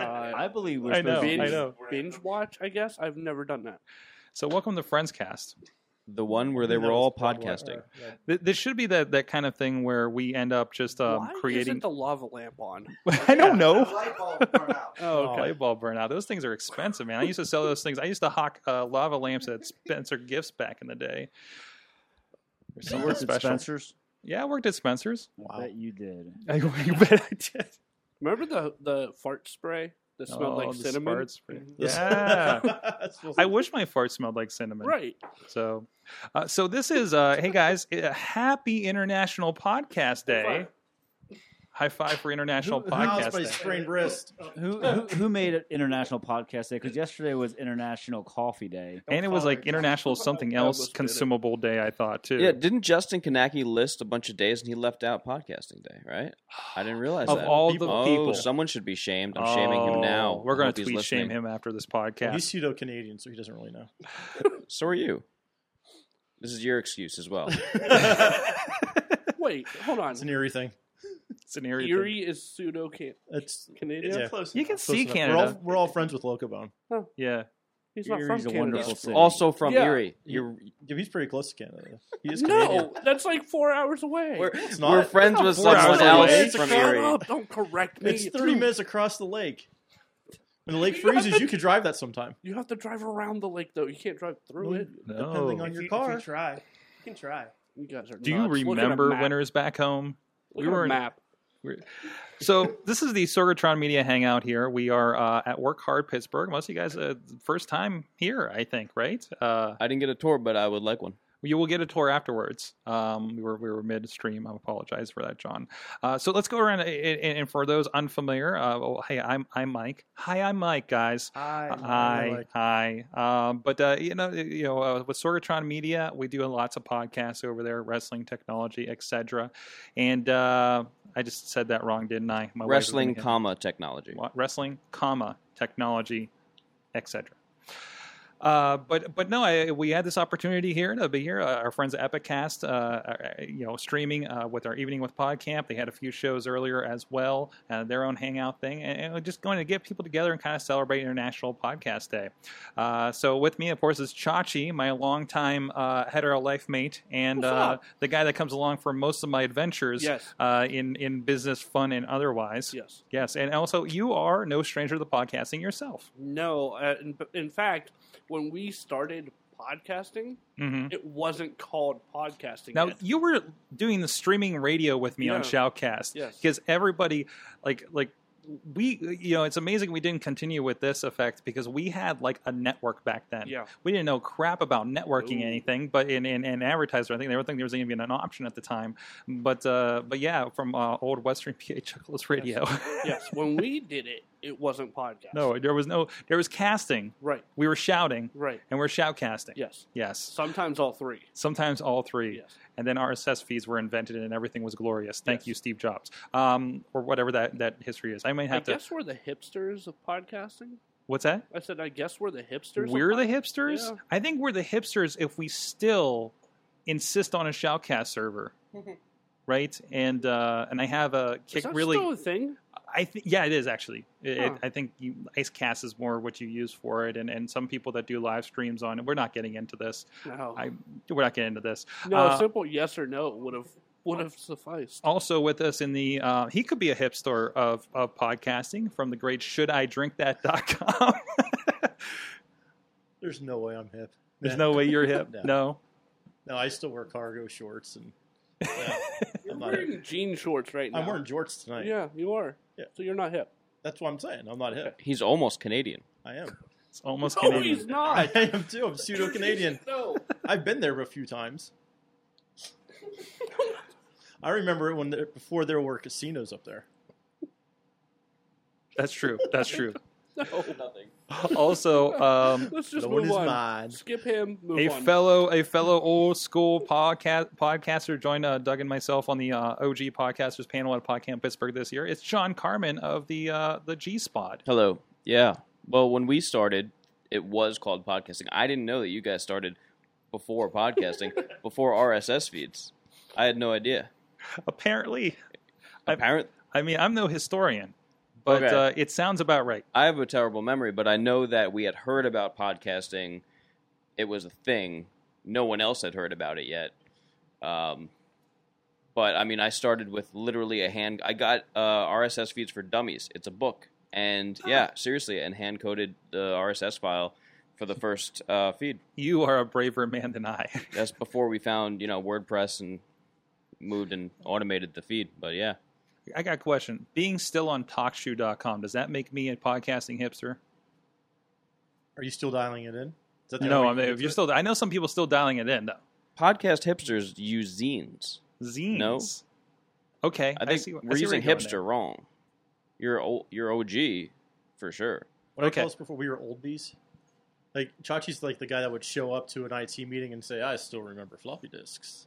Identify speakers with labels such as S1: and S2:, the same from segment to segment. S1: Uh,
S2: I believe we're
S1: I
S2: supposed
S1: know,
S2: to
S1: I
S2: binge,
S1: know.
S2: binge watch. I guess I've never done that.
S1: So welcome to Friends Cast.
S3: The one where they were all podcasting.
S1: Th- This should be that that kind of thing where we end up just um,
S2: Why
S1: creating.
S2: isn't the lava lamp on?
S1: I don't know.
S2: Oh,
S1: Oh, light bulb burnout. Those things are expensive, man. I used to sell those things. I used to hawk uh, lava lamps at Spencer Gifts back in the day. Or
S3: You
S1: something
S3: worked at
S1: special.
S3: Spencer's?
S1: Yeah, I worked at Spencer's.
S3: I bet you did.
S1: I, you bet I did.
S2: Remember the the fart spray that smelled
S1: Oh,
S2: like
S1: the
S2: cinnamon? Mm-hmm.
S1: farts were- Yeah. I wish my fart smelled like cinnamon.
S2: Right.
S1: So, uh, so this is uh, hey guys, uh, happy International Podcast Day. High five for International Podcast Day.
S4: wrist.
S3: who, who who made it International Podcast Day? Because yesterday was International Coffee Day.
S1: And it was like International something
S2: I almost
S1: else
S2: did it.
S1: consumable day. I thought too.
S4: Yeah, didn't Justin Kanacki list a bunch of days and he left out podcasting day, right? I didn't realize
S1: Of
S4: that.
S1: all the
S4: oh,
S1: people.
S4: someone should be shamed. I'm shaming him
S1: Oh,
S4: now.
S1: We're
S4: I
S1: going
S4: hope
S1: to
S4: he's
S1: tweet shame
S4: listening.
S1: him after this podcast.
S5: He's pseudo Canadian, so he doesn't really know.
S4: So are you. This is your excuse as well.
S2: Wait, hold on.
S5: It's an eerie thing.
S1: it's an eerie. thing.
S2: Erie is pseudo can-
S5: It's
S2: Canadian.
S5: it's
S2: Yeah.
S5: close.
S1: You can
S5: enough.
S1: see
S5: Close enough. We're all,
S1: Canada.
S5: we're all friends with Locobone.
S1: Yeah.
S2: He's not
S3: Erie's
S2: from
S3: a
S2: Canada.
S3: wonderful city.
S4: also from
S2: Yeah.
S4: Erie. You're,
S5: Yeah, he's pretty close to Canada. He is Canadian.
S2: No, that's like four hours away.
S4: we're,
S5: It's
S4: we're
S5: not.
S4: friends
S2: not
S4: with
S2: four
S4: someone
S1: hours away.
S4: else
S5: It's
S4: from
S5: across-
S2: Shut
S4: Erie.
S2: up, don't correct me.
S5: It's 30
S2: Dude,
S5: minutes across the lake. When the lake freezes, you could drive that sometime.
S2: You have to drive around the lake, though. You can't drive through it.
S5: Depending
S1: No.
S5: on
S6: If you-
S5: your
S6: if
S5: car.
S6: you try. You can try.
S2: You guys are.
S1: Do you
S2: nuts. Look at a
S1: remember
S2: map.
S1: winters back home?
S2: Look
S1: we
S2: at a
S1: were in-
S2: map.
S1: So this is the Sorgatron Media Hangout here. We are uh, at Work Hard Pittsburgh. Most of you guys, uh, first time here, I think, right? Uh,
S4: I didn't get a tour, but I would like one.
S1: you will get a tour afterwards. Um, we were we were midstream. I apologize for that, John. Uh, so let's go around and, and, and for those unfamiliar, uh, oh, hey, I'm I'm Mike. Hi, I'm Mike, guys. Hi, hi. Um, but uh, you know, you know, uh, with Sorgatron Media, we do lots of podcasts over there, wrestling, technology, etc. And uh, I just said that wrong, didn't I? My wife is
S4: Wrestling,
S1: gonna
S4: comma, technology.
S1: hit- wa- wrestling, comma, technology, etc. Uh, but but no, I, we had this opportunity here to be here. Uh, our friends at Epicast, uh, are, uh, you know, streaming uh, with our Evening with PodCamp. They had a few shows earlier as well, uh, their own hangout thing, and, and we're just going to get people together and kind of celebrate International Podcast Day. Uh, so with me, of course, is Chachi, my longtime uh, hetero life mate, and
S2: What's
S1: uh,
S2: up?
S1: the guy that comes along for most of my adventures
S2: Yes.
S1: uh, in in business, fun, and otherwise.
S2: Yes.
S1: Yes, and also you are no stranger to podcasting yourself.
S2: No. Uh, in, in fact, when we started podcasting,
S1: hmm
S2: it wasn't called podcasting.
S1: Now
S2: yet.
S1: you were doing the streaming radio with me on
S2: Yeah.
S1: Shoutcast
S2: Yes.
S1: because everybody, like like we, you know, it's amazing we didn't continue with this effect because we had like a network back then.
S2: Yeah.
S1: We didn't know crap about networking
S2: Ooh.
S1: anything, but in in, in advertiser, I think they were thinking there was even an option at the time. But uh, but yeah, from uh, old Western PA Chuckles Radio.
S2: yes. When we did it, it wasn't podcast.
S1: no, there was no there was casting.
S2: Right.
S1: We were shouting
S2: Right.
S1: and we're shoutcasting.
S2: Yes.
S1: Yes.
S2: Sometimes all three.
S1: sometimes all three.
S2: Yes.
S1: And then RSS feeds were invented, and everything was glorious. Thank
S2: Yes.
S1: you, Steve Jobs, um, or whatever that, that history is. I might
S2: I
S1: have to.
S2: guess we're the hipsters of podcasting.
S1: What's that?
S2: I said, I guess we're the hipsters. of
S1: We're the
S2: pod-
S1: hipsters.
S2: Yeah.
S1: I think we're the hipsters if we still insist on a shoutcast server, right? And uh, and I have a
S2: Is
S1: kick
S2: that
S1: really.
S2: still a thing?
S1: I think yeah, it is actually. It, it,
S2: Huh.
S1: I think you, IceCast is more what you use for it, and, and some people that do live streams on. We're not getting into this.
S2: No.
S1: I we're not getting into this.
S2: no.
S1: uh, Oh,
S2: a simple yes or no would have would have sufficed.
S1: also with us in the uh, he could be a hipster of of podcasting from the great should i drink that.com
S5: There's no way I'm hip.
S1: there's
S5: Nah.
S1: no way you're hip
S5: No.
S1: no
S5: No, I still wear cargo shorts and. yeah,
S2: You're
S5: I'm, not
S2: wearing
S5: hip.
S2: jean shorts right now.
S5: I'm wearing jorts tonight.
S2: Yeah, you are.
S5: Yeah.
S2: So you're not hip.
S5: That's what I'm saying. I'm not hip.
S4: He's almost Canadian.
S5: I am.
S1: it's almost
S2: No,
S1: Canadian.
S2: he's
S5: I
S2: not.
S5: am too. I'm pseudo Canadian.
S2: no.
S5: I've been there a few times. I remember when there, before there were casinos up there.
S1: that's true that's true
S2: Oh,
S4: Nothing.
S1: also, um,
S2: Let's just
S5: Blowing
S2: move
S5: his
S2: on.
S5: mind.
S2: Skip him. Move
S1: a
S2: on.
S1: fellow a fellow old school podcast podcaster joined uh, Doug and myself on the uh, OG podcasters panel at PodCamp Pittsburgh this year. It's John Carmen of the uh, the G Spot.
S4: Hello. Yeah. Well, when we started, it was called podcasting. I didn't know that you guys started before podcasting, before RSS feeds. I had no idea.
S1: Apparently, I-
S4: Apparently,
S1: I mean I'm no historian, but
S4: Okay.
S1: uh, it sounds about right.
S4: I have a terrible memory, but I know that we had heard about podcasting. It was a thing. No one else had heard about it yet. Um, but I mean, I started with literally a hand. I got uh, RSS feeds for dummies. It's a book, and yeah, seriously, and hand coded the RSS file for the first uh, feed.
S1: You are a braver man than I.
S4: That's before we found you know WordPress and moved and automated the feed. But yeah,
S1: I got a question. Being still on TalkShoe.com does that make me a podcasting hipster?
S5: Are you still dialing it in? Is that the
S1: No,
S5: way
S1: I
S5: you
S1: mean
S5: do
S1: if you're
S5: it?
S1: still I know some people still dialing it in though.
S4: podcast hipsters use zines.
S1: Zines.
S4: No.
S1: Okay,
S4: I think
S1: see what- I
S4: we're
S1: see where
S4: using
S1: you're going
S4: hipster
S1: there.
S4: wrong. You're o- you're OG for sure.
S5: What did I
S1: Okay.
S5: call us before we were old bees? Like Chachi's like the guy that would show up to an IT meeting and say, "I still remember floppy disks."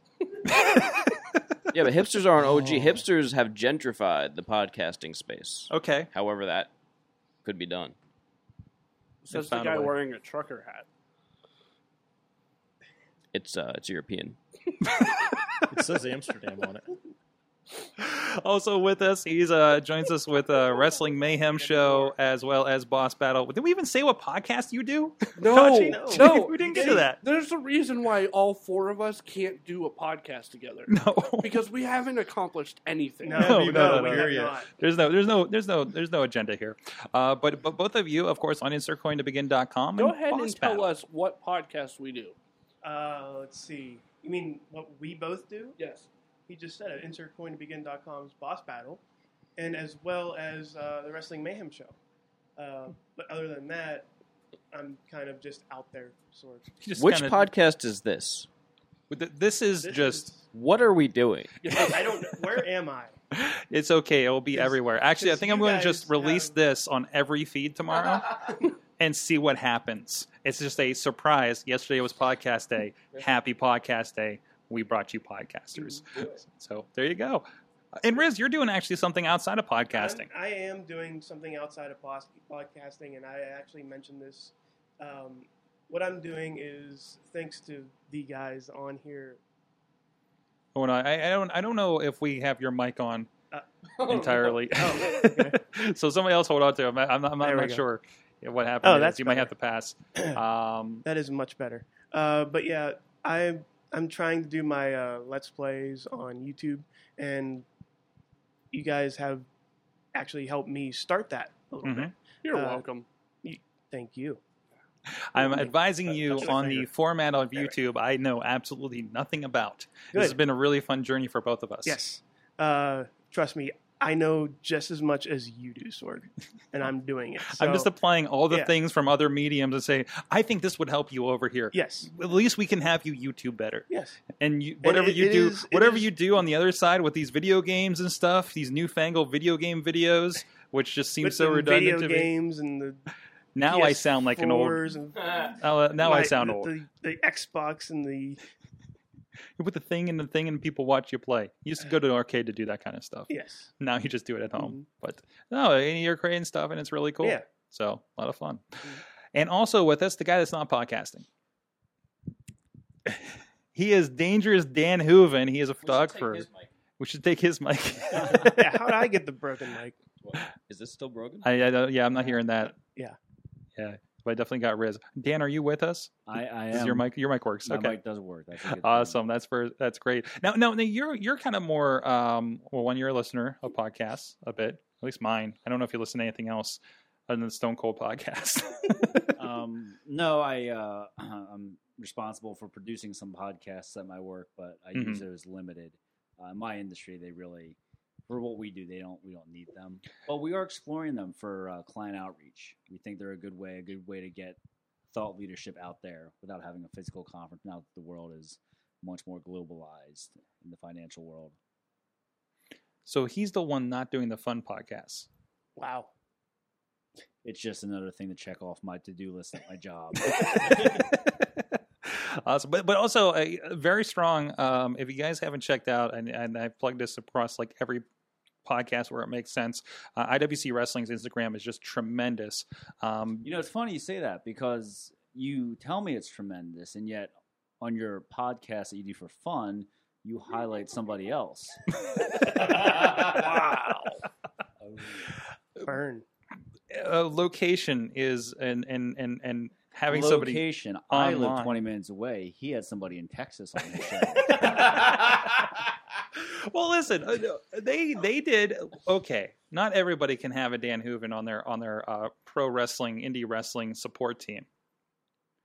S4: Yeah, but hipsters aren't OG.
S5: Oh.
S4: Hipsters have gentrified the podcasting space.
S1: Okay.
S4: However, that could be done.
S2: Says the
S1: Found a
S2: guy
S1: way.
S2: wearing a trucker hat.
S4: It's uh, it's European.
S5: It says Amsterdam on it.
S1: also with us, he's uh joins us with a wrestling mayhem show as well as boss battle. Did we even say what podcast you do?
S2: No,
S1: Tachi?
S2: no,
S1: We didn't get to that.
S2: There's a reason why all four of us can't do a podcast together
S1: No,
S2: because we haven't accomplished anything.
S1: No, no,
S5: we've
S1: no,
S5: got
S1: no,
S5: a
S1: no.
S5: period.
S1: there's no, there's no, there's no, there's no agenda here. Uh, but but both of you, of course, on insertcointobegin.com.
S2: Go ahead
S1: boss
S2: and tell
S1: battle.
S2: us what podcast we do.
S6: Uh, let's see. You mean what we both do?
S2: Yes.
S6: He just said it. InsertCoinToBegin.com's Boss Battle, and as well as uh, the Wrestling Mayhem Show. Uh, but other than that, I'm kind of just out there, sort of.
S1: Just
S4: Which
S1: kinda-
S4: podcast is this?
S1: th- This is
S6: This
S1: just.
S4: What are we doing?
S6: is- I don't. know. Where am I?
S1: It's okay. It will be
S6: Because-
S1: everywhere. Actually, I
S6: because
S1: think I'm
S6: you
S1: going to
S6: guys
S1: just release
S6: have-
S1: this on every feed tomorrow and see what happens. It's just a surprise. Yesterday was podcast day. Happy podcast day. We brought you podcasters.
S6: Mm-hmm.
S1: So there you go. And Riz, you're doing actually something outside of podcasting.
S6: I'm, I am doing something outside of pos- podcasting, and I actually mentioned this. Um, what I'm doing is thanks to the guys on here.
S1: Hold on. I, I don't. I don't know if we have your mic on entirely.
S6: Oh,
S1: so somebody else hold on to. Him. I'm not, I'm not,
S6: There we
S1: not
S6: go.
S1: sure what happened.
S6: Oh,
S1: is.
S6: that's
S1: you might
S6: better.
S1: have to pass. Um,
S6: That is much better. Uh, but yeah, I I'm trying to do my uh, let's plays on YouTube, and you guys have actually helped me start that a little bit.
S1: mhm.
S2: You're
S6: Uh,
S2: welcome.
S6: Thank you.
S1: I'm
S6: Well,
S1: advising
S6: that-
S1: you
S6: that's
S1: on
S6: fair.
S1: the format of
S6: Fair.
S1: YouTube. I know absolutely nothing about.
S6: Good.
S1: This has been a really fun journey for both of us.
S6: Yes. Uh, trust me, I know just as much as you do, Sword, and I'm doing it.
S1: I'm just
S6: So,
S1: applying all the
S6: Yeah.
S1: things from other mediums and saying, I think this would help you over here.
S6: yes.
S1: At least we can have you YouTube better.
S6: Yes.
S1: And you, whatever
S6: it-
S1: you
S6: it
S1: do,
S6: is- it
S1: whatever
S6: is-
S1: you do on the other side with these video games and stuff, these newfangled video game videos, which just seem
S6: With
S1: so
S6: the
S1: redundant to
S6: video
S1: me.
S6: games and the
S1: Now I sound like an old.
S6: PS4s and
S1: Now, uh, now I
S6: my-
S1: sound
S6: the,
S1: old.
S6: The, the Xbox and the
S1: You put the thing in the thing, and people watch you play. You used to go to an arcade to do that kind of stuff.
S6: yes. Mm-hmm.
S1: now you just do it at home. But no, and you're creating stuff and it's really cool.
S6: Yeah. Mm-hmm.
S1: So a lot of fun. And also with us, the guy that's not podcasting. he is Dangerous Dan Hooven. He is a photographer. we should take his mic.
S6: yeah, how did I get the broken mic?
S4: Is this still broken?
S1: I, I don't, yeah, I'm not hearing that.
S6: Yeah.
S1: Yeah. But I definitely got Riz. Dan, are you with us?
S3: I, I
S1: Is
S3: am.
S1: your mic your mic works.
S3: My
S1: okay.
S3: mic does work. That's a good thing.
S1: Awesome. That's for that's great. Now, now, now you're you're kind of more um well one you're a listener of podcasts a bit at least mine. I don't know if you listen to anything else other than Stone Cold podcast.
S3: um, no, I uh, I'm responsible for producing some podcasts at my work, but I use it as limited. Uh, in my industry, they really for what we do, they don't we don't need them, but we are exploring them for uh, client outreach. We think they're a good way, a good way to get thought leadership out there without having a physical conference. Now that the world is much more globalized in the financial world.
S1: so he's the one not doing the fun podcasts.
S6: Wow.
S3: It's just another thing to check off my to do list at my job.
S1: awesome, but but also uh, very strong. Um, if you guys haven't checked out, and and I plugged this across like every podcast where it makes sense, uh, IWC Wrestling's Instagram is just tremendous. Um,
S3: you know, it's funny you say that because you tell me it's tremendous, and yet on your podcast that you do for fun, you highlight somebody else.
S1: wow.
S6: Burn.
S1: Uh, location is and and and and having somebody
S3: Location. I live
S1: online.
S3: 20 minutes away. He had somebody in Texas on the show.
S1: well, listen, uh, no, they they did okay. Not everybody can have a Dan Hooven on their on their uh, pro wrestling, indie wrestling support team.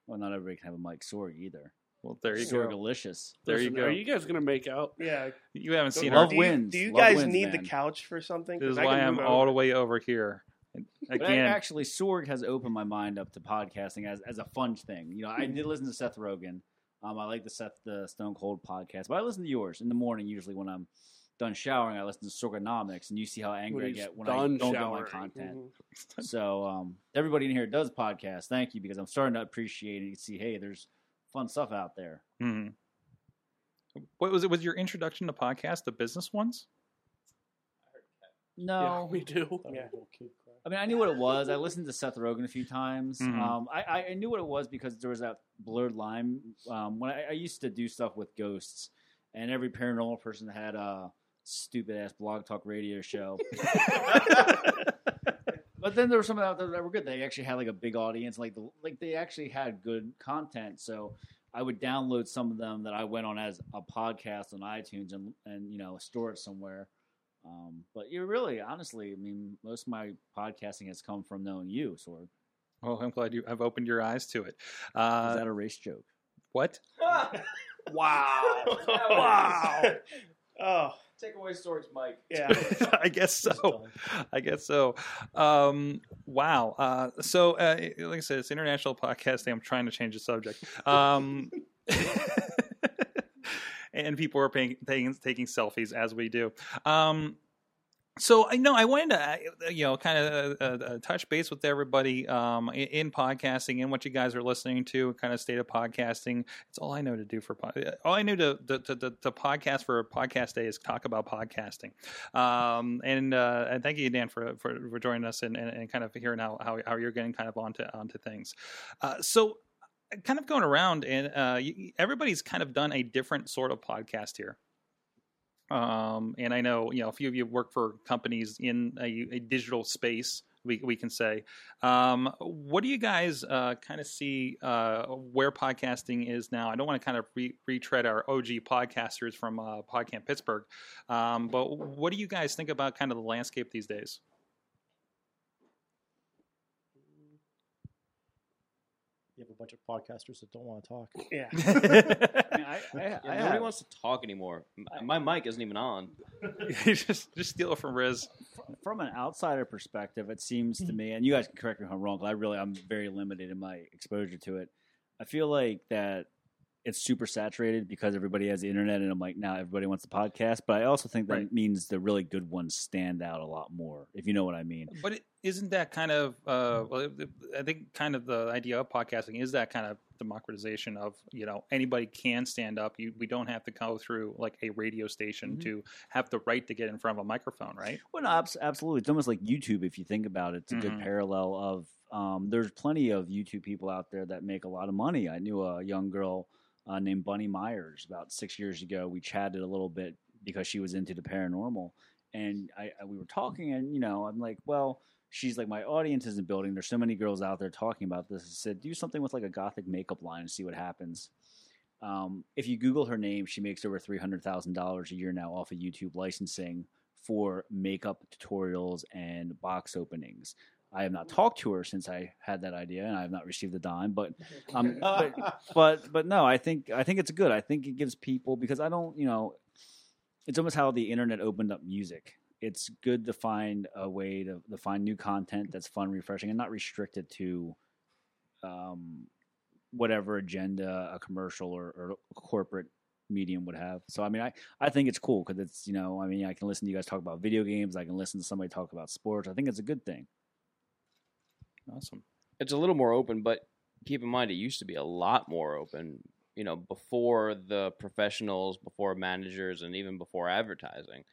S3: well, not everybody can have a Mike Sorg either.
S1: Well, there you go.
S3: Sorgalicious.
S1: There you
S2: Listen,
S1: go.
S2: Are you guys gonna make out?
S6: Yeah.
S1: You haven't seen
S3: Love
S1: our.
S6: do you,
S3: wins.
S6: Do you
S3: Love
S6: guys
S3: wins, man.
S6: need the couch for something?
S1: This
S6: 'Cause
S1: is
S6: I
S1: why
S6: can
S1: I'm
S6: move
S1: all the
S6: over.
S1: way over here. And
S3: But I-
S1: Again,
S3: actually, Sorg has opened my mind up to podcasting as, as a fun thing. You know, I did listen to Seth Rogen. Um, I like the Seth the Stone Cold podcast, but I listen to yours in the morning usually when I'm done showering. I listen to Sorgonomics, and you see how angry I
S2: he's
S3: get when I
S2: done
S3: don't get my
S2: showering. Mm-hmm.
S3: content. So um, everybody in here does podcasts. Thank you because I'm starting to appreciate and see, hey, there's fun stuff out there.
S1: mhm. what was it? Was your introduction to podcast the business ones?
S2: Yeah,
S3: No,
S2: we do.
S6: Yeah.
S3: I mean I knew what it was. I listened to Seth Rogen a few times.
S1: Mhm.
S3: Um, I- I, I knew what it was because there was that blurred line um, when I, I used to do stuff with ghosts, and every paranormal person had a stupid ass blog talk radio show. But then there were some out there that were good. They actually had like a big audience, like the, like they actually had good content. So I would download some of them that I went on as a podcast on iTunes and and you know store it somewhere. Um, but you really, honestly, I mean, most of my podcasting has come from knowing you, Sword.
S1: Oh, I'm glad you. I've opened your eyes to it.
S3: Is
S1: Uh,
S3: that a race joke?
S1: what?
S6: Wow.
S4: Wow.
S6: Oh,
S4: Take away Sorg's mic.
S6: yeah.
S1: I guess so. I guess so. Um, wow. Uh, so, uh, it- like I said, it's International Podcast Day. I'm trying to change the subject. Um, and people are paying, taking, taking selfies as we do. Um, so I know I wanted to, uh, you know, kind of uh, uh, touch base with everybody um, in, in podcasting and what you guys are listening to, kind of state of podcasting. It's all I know to do for pod- all I knew to, to, to, to to podcast for podcast day is talk about podcasting. Um, and uh, and thank you, Dan, for for, for joining us and, and, and kind of hearing how, how how you're getting kind of onto onto things. Uh, so kind of going around and uh, y- everybody's kind of done a different sort of podcast here. Um, and I know you know a few of you work for companies in a, a digital space. We we can say. Um, what do you guys uh, kind of see uh, where podcasting is now? I don't want to kind of re- retread our OG podcasters from uh, PodCamp Pittsburgh, um, but what do you guys think about kind of the landscape these days?
S5: You have a bunch of podcasters that don't want to talk.
S6: Yeah.
S4: Yeah,
S3: I mean, I, I, I
S4: nobody
S3: have-
S4: wants to talk anymore. M- My mic isn't even on.
S1: just just steal it from Riz.
S3: fr- from an outsider perspective, it seems
S1: Mm-hmm.
S3: to me, and you guys can correct me if I'm wrong, 'cause I really I'm very limited in my exposure to it. I feel like that it's super saturated because everybody has the internet, and I'm like, now everybody wants a podcast. But I also think that
S1: Right.
S3: means the really good ones stand out a lot more, if you know what I mean.
S1: But it, isn't that kind of uh, well, it- it- I think kind of the idea of podcasting is that kind of democratization of you know anybody can stand up. You, we don't have to go through like a radio station
S3: Mhm.
S1: to have the right to get in front of a microphone, right?
S3: Well, no, abs- absolutely. It's almost like YouTube if you think about it. It's a
S1: Mhm.
S3: good parallel of um, there's plenty of YouTube people out there that make a lot of money. I knew a young girl uh, named Bunny Myers about six years ago. We chatted a little bit because she was into the paranormal, and I, I we were talking, and you know, I'm like, well. She's like, my audience isn't building. There's so many girls out there talking about this. I said, do something with like a gothic makeup line and see what happens. Um, if you Google her name, she makes over three hundred thousand dollars a year now off of YouTube licensing for makeup tutorials and box openings. I have not talked to her since I had that idea, and I have not received a dime. But, um, but, but, but no, I think I think it's good. I think it gives people because I don't, you know, it's almost how the internet opened up music. It's good to find a way to, to find new content that's fun, refreshing, and not restricted to um, whatever agenda a commercial or, or corporate medium would have. So I mean, I I think it's cool because it's you know I mean I can listen to you guys talk about video games. I can listen to somebody talk about sports. I think it's a good thing.
S1: Awesome.
S4: it's a little more open, but keep in mind it used to be a lot more open. You know, before the professionals, before managers, and even before advertising,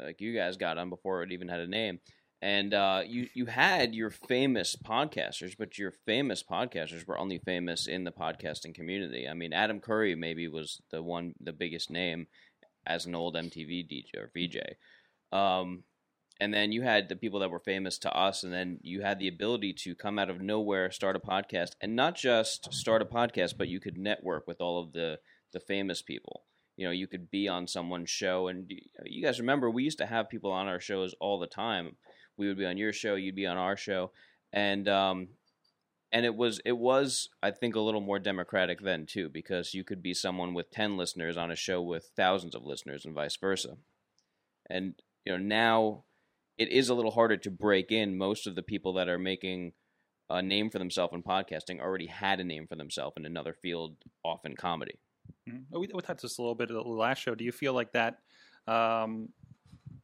S4: like you guys got on before it even had a name. And uh, you you had your famous podcasters, but your famous podcasters were only famous in the podcasting community. I mean, Adam Curry maybe was the one, the biggest name as an old MTV DJ or VJ. Um, and then you had the people that were famous to us and then you had the ability to come out of nowhere start a podcast and not just start a podcast but you could network with all of the the famous people you know you could be on someone's show and you- you guys remember we used to have people on our shows all the time we would be on your show you'd be on our show and um and it was it was i think a little more democratic then too because you could be someone with 10 listeners on a show with thousands of listeners and vice versa and you know now it is a little harder to break in. Most of the people that are making a name for themselves in podcasting already had a name for themselves in another field, often comedy.
S1: Mhm. We, we touched this a little bit at the last show. Do you feel like that um,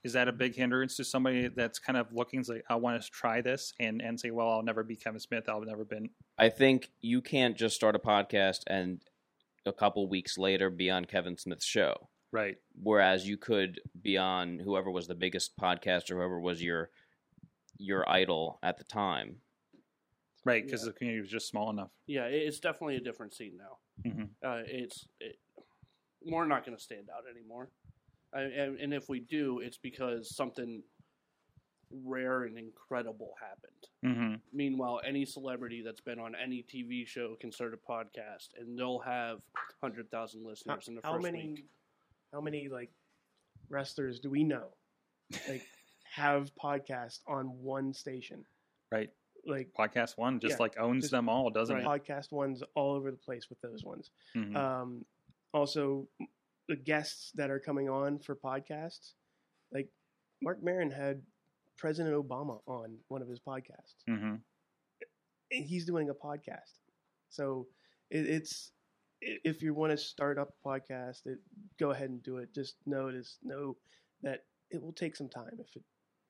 S1: is that a big hindrance to somebody that's kind of looking like I want to try this and and say, well, I'll never be Kevin Smith. I've never been.
S4: I think you can't just start a podcast and a couple weeks later be on Kevin Smith's show.
S1: Right.
S4: Whereas you could be on whoever was the biggest podcaster, whoever was your your idol at the time.
S1: Right. Because
S2: Yeah.
S1: the community was just small enough.
S2: Yeah, it- it's definitely a different scene now.
S1: Mhm.
S2: Uh, it's it, we're not going to stand out anymore, I, and, and if we do, it's because something rare and incredible happened.
S1: Mm-hmm.
S2: Meanwhile, any celebrity that's been on any TV show can start a podcast, and they'll have hundred thousand
S6: How,
S2: listeners in the
S6: how
S2: first
S6: many?
S2: week.
S6: How many like wrestlers do we know? Like have podcasts on one station?
S1: Right.
S6: Like
S1: Podcast one just
S6: Yeah.
S1: like owns
S6: Just-
S1: them all, doesn't it?
S6: podcast ones all over the place with those ones.
S1: Mhm.
S6: Um, also, the guests that are coming on for podcasts, like Mark Maron had President Obama on one of his podcasts.
S1: Mhm.
S6: and he's doing a podcast. So it, it's i- if you want to start up a podcast, it, go ahead and do it. Just notice know that it will take some time. If it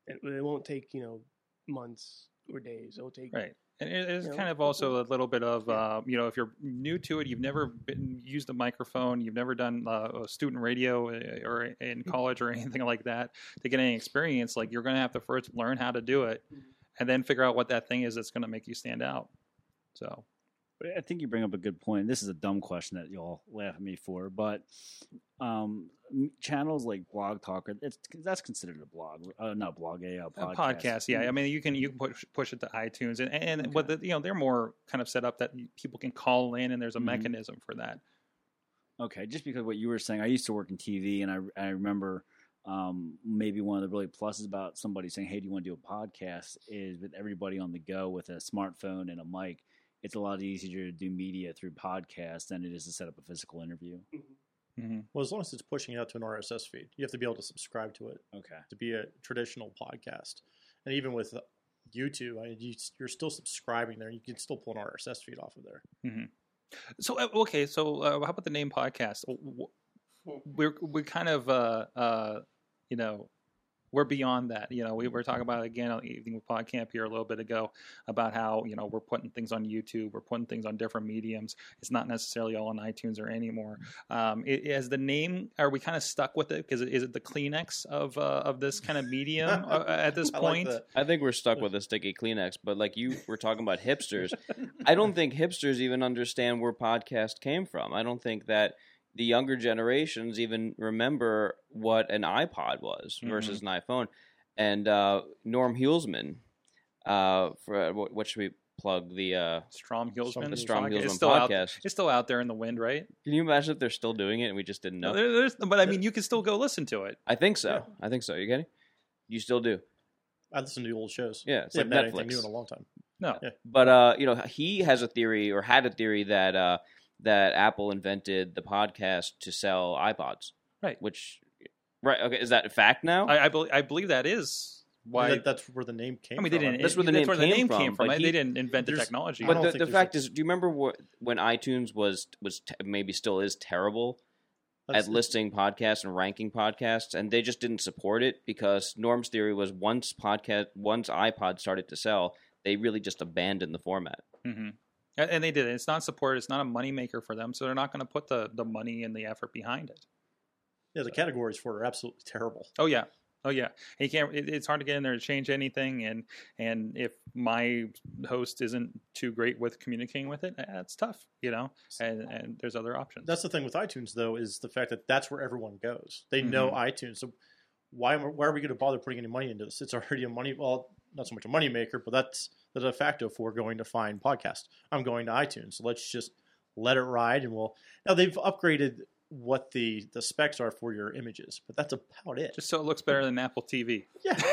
S6: it, it won't take you know months or days, it'll take
S1: Right. And it is
S6: You know,
S1: kind of also a little bit of,
S6: Yeah.
S1: uh, you know, if you're new to it, you've never been, used a microphone, you've never done uh, student radio uh, or in college or anything like that to get any experience, like you're going to have to first learn how to do it and then figure out what that thing is that's going to make you stand out. So,
S3: I think you bring up a good point. This is a dumb question that y'all laugh at me for, but um, m- channels like Blog Talk, are- it's that's considered a blog, uh, not blog, a, uh,
S1: podcast.
S3: podcast.
S1: podcast yeah i mean you can you can push, push it to itunes and and
S3: Okay.
S1: what the, you know they're more kind of set up that people can call in and there's a
S3: Mhm.
S1: mechanism for that
S3: Okay, just because what you were saying, I used to work in TV, and I I remember um, maybe one of the really pluses about somebody saying, "Hey, do you want to do a podcast?" is with everybody on the go with a smartphone and a mic. It's a lot easier to do media through podcast than it is to set up a physical interview.
S1: mm-hmm.
S5: Well, as long as it's pushing it out to an RSS feed, you have to be able to subscribe to it
S3: Okay.
S5: to be a traditional podcast. And even with YouTube, I mean, you, you're still subscribing there. You can still pull an RSS feed off of there.
S1: So uh, okay, so uh, how about the name podcast? W- w- We're we're kind of uh, uh, you know we're beyond that. You know, we were talking about again on evening with PodCamp here a little bit ago about how you know we're putting things on YouTube, we're putting things on different mediums. It's not necessarily all on iTunes or anymore. Um, i as the name, are we kind of stuck with it? Because is it the Kleenex of uh, of this kind of medium uh, at this
S5: I like
S1: point?
S5: that.
S4: I think we're stuck with a sticky Kleenex, but like you were talking about hipsters, I don't think hipsters even understand where podcast came from. I don't think that the younger generations even remember what an iPod was
S5: Mm-hmm.
S4: versus an iPhone. And uh, Norm Hulsman, uh, for what, what should we plug the uh,
S1: Strom Hulsman.
S5: Something-
S4: the Strom
S1: It's
S4: Hulsman
S1: still out.
S4: podcast?
S1: It's still out there in the wind, right?
S4: Can you imagine if they're still doing it and we just didn't know?
S1: There- there's- but I mean, you can still go listen to it.
S4: I think so.
S5: Yeah.
S4: I think so. You kidding? You still do?
S5: I listen to old shows.
S4: Yeah, it's
S5: They
S4: like
S5: haven't had anything
S4: Netflix.
S5: new in a long time.
S1: No.
S5: Yeah.
S4: but uh, you know, he has a theory or had a theory that uh, that Apple invented the podcast to sell iPods,
S1: Right.
S4: Which, right? Okay, is that a fact now?
S1: I, I, believe, I believe that is why.
S5: That- that's where the name came.
S1: I mean, they
S5: from.
S1: didn't.
S4: That's where the name came from, but
S1: I-
S4: he-
S1: they didn't invent the
S5: there's-
S1: technology.
S5: I
S4: but
S5: don't
S4: the,
S5: think
S4: the
S5: there's
S4: fact
S5: a-
S4: is, do you remember what when iTunes was was te- maybe still is terrible
S5: That's-
S4: at listing podcasts and ranking podcasts, and they just didn't support it because Norm's theory was once podcast once iPod started to sell, they really just abandoned the format.
S1: hmm And and they did it. It's not supported. It's not a moneymaker for them, so they're not going to put the, the money and the effort behind it.
S5: Yeah, the categories for it are absolutely terrible.
S1: Oh yeah, oh yeah. And you can't. It, it's hard to get in there to change anything, and and if my host isn't too great with communicating with it, eh, it's tough, you know. And and there's other options.
S5: That's the thing with iTunes though is the fact that that's where everyone goes. They know
S1: Mm-hmm.
S5: iTunes, so why am- why are we going to bother putting any money into this? It's already a money well, not so much a money maker, but that's the de facto for going to find podcasts. I'm going to iTunes, so let's just let it ride, and we'll now they've upgraded what the the specs are for your images, but that's about it.
S1: just so it looks better than Apple TV.
S5: Yeah.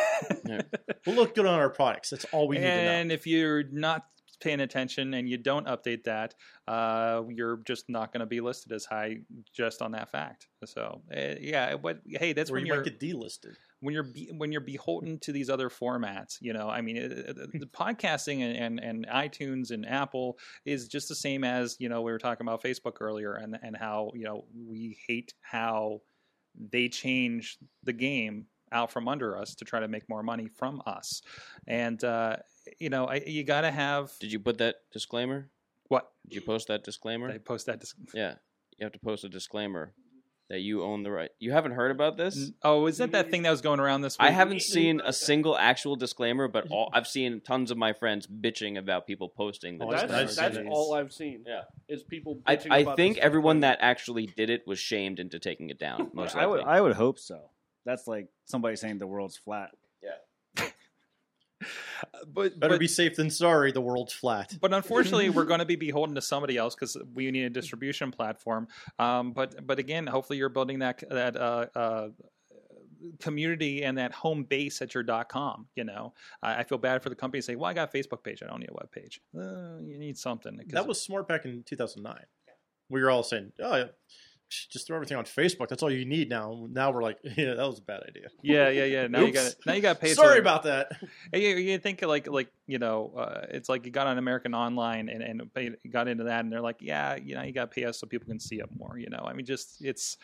S4: Yeah.
S5: we'll look good on our products. That's all we need to know.
S1: and if you're not paying attention and you don't update that, uh, you're just not going to be listed as high just on that fact. So eh, yeah, but hey, that's
S5: Or
S1: when
S5: you
S1: you're
S5: might get delisted.
S1: when you're be, when you're beholden to these other formats you know i mean it, it- it- the
S4: Hmm.
S1: podcasting and, and and itunes and apple is just the same as you know we were talking about facebook earlier and and how you know we hate how they change the game out from under us to try to make more money from us and uh you know I, you gotta have
S4: Did you put that disclaimer?
S1: what
S4: Did you post that
S1: I
S4: disclaimer?
S1: post that dis-
S4: Yeah, you have to post a disclaimer that you own the right. You haven't heard about this?
S1: oh is that that thing that was going around this week
S4: I haven't seen a single actual disclaimer, but all, I've seen tons of my friends bitching about people posting. The
S5: Oh,
S2: That's,
S5: I've
S4: disclaimer.
S2: that's,
S5: seen these.
S2: all I've seen.
S4: Yeah.
S2: Is people.
S4: I,
S2: bitching
S4: I
S2: about
S4: think
S2: this
S4: everyone
S2: stuff.
S4: that actually did it was shamed into taking it down. Most
S3: I would,
S4: likely.
S3: I would hope so. That's like somebody saying the world's flat.
S1: Uh, but
S5: Better
S1: but-
S5: be safe than sorry. The world's flat.
S1: But unfortunately, we're going to be beholden to somebody else because we need a distribution platform. Um, but but again, hopefully, you're building that that uh, uh, community and that home base at your .com. You know, I, I feel bad for the company saying, "Well, I got a Facebook page. I don't need a web page. Uh, you need something." 'cause-
S5: That was smart back in 2009. We were all saying, "Oh, yeah, just throw everything on Facebook. That's all you need now." Now we're like, "Yeah, that was a bad idea."
S1: yeah, yeah, yeah. Now you
S5: Oops.
S1: got now you got to pay.
S5: Sorry
S1: for-
S5: about that.
S1: Hey, You, you think like like you know, uh, it's like you got on American Online and and paid, got into that, and they're like, yeah, you know, you got to pay us so people can see it more. You know, I mean, just it's.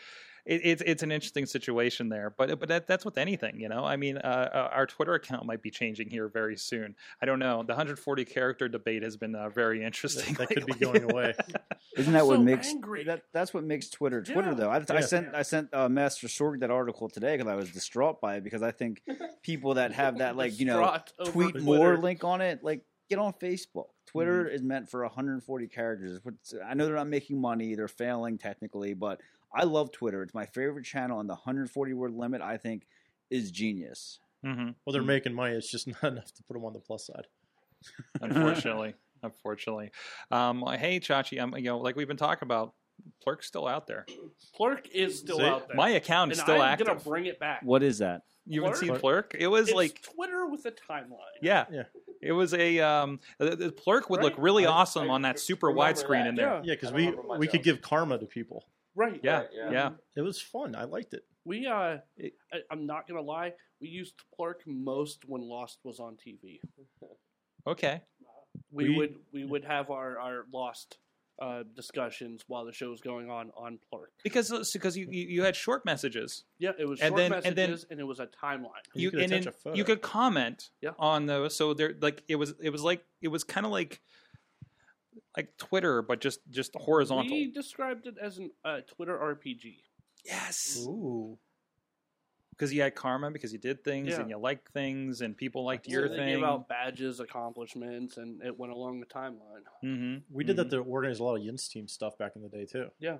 S1: It, it's it's an interesting situation there, but but that, that's with anything, you know. I mean, uh, our Twitter account might be changing here very soon. I don't know. The 140 character debate has been uh, very interesting.
S5: That could be
S1: lately.
S5: going away.
S3: Isn't that
S2: I'm
S3: what
S2: so
S3: makes
S2: angry.
S3: that? That's what makes Twitter Twitter
S2: Yeah.
S3: though. I, I
S5: Yeah.
S3: sent I sent uh, Master Sorg that article today because I was distraught by it because I think people that have that like you know
S2: Distraught over
S3: tweet
S2: Twitter.
S3: more link on it like get on Facebook. Twitter is meant for 140 characters. It's what's- I know they're not making money; they're failing technically, but I love Twitter. It's my favorite channel, and the 140 word limit I think is genius.
S1: Mhm.
S5: Well, they're making money. It's just not enough to put them on the plus side.
S1: unfortunately. unfortunately, um, hey Chachi, I'm, you know, like we've been talking about, Plurk's still out there.
S2: Clerk is still
S5: See?
S2: out there.
S1: My
S2: and
S1: account is still
S2: I'm
S1: active.
S2: gonna bring it back.
S3: What is that?
S1: You haven't seen
S5: Plurk?
S1: Plurk? It was
S2: It's
S1: like
S2: like Twitter with a timeline.
S1: yeah.
S5: Yeah.
S1: It was a um the, the Plurk would look
S2: Right?
S1: really
S4: I-
S1: awesome
S4: I
S1: on that super
S4: remember
S1: widescreen
S4: that,
S1: in there.
S5: Yeah, because
S4: I don't
S5: we
S4: remember much
S5: we could
S4: else.
S5: give karma to people.
S2: Right.
S1: Yeah.
S4: Right,
S1: Yeah.
S4: yeah.
S5: It was fun. I liked it.
S2: We uh,
S1: It-
S2: I, I'm not gonna lie. We used Plurk most when Lost was on TV.
S1: Okay.
S2: We,
S5: We-
S2: would we would have our our Lost uh, discussions while the show was going on on Plurk.
S1: Because because you, you you had short messages.
S2: Yeah, it was
S1: And
S2: short
S1: then- and
S2: messages and,
S1: then-
S2: it was a timeline.
S5: You could
S1: and
S5: attach
S1: then
S5: a photo.
S1: you could comment
S2: Yeah.
S1: on those. So there like it was it was like it was kind of like like Twitter but just just horizontal.
S2: We described it as an uh, Twitter RPG.
S1: yes.
S5: Ooh,
S1: Because you had karma because you did things
S2: Yeah.
S1: and you liked things and people liked
S2: So
S1: your
S2: they
S1: thing.
S2: gave out badges, accomplishments, and it went along the timeline.
S1: mm-hmm.
S5: we did that to organize a lot of Yin's team stuff back in the day too.
S2: Yeah.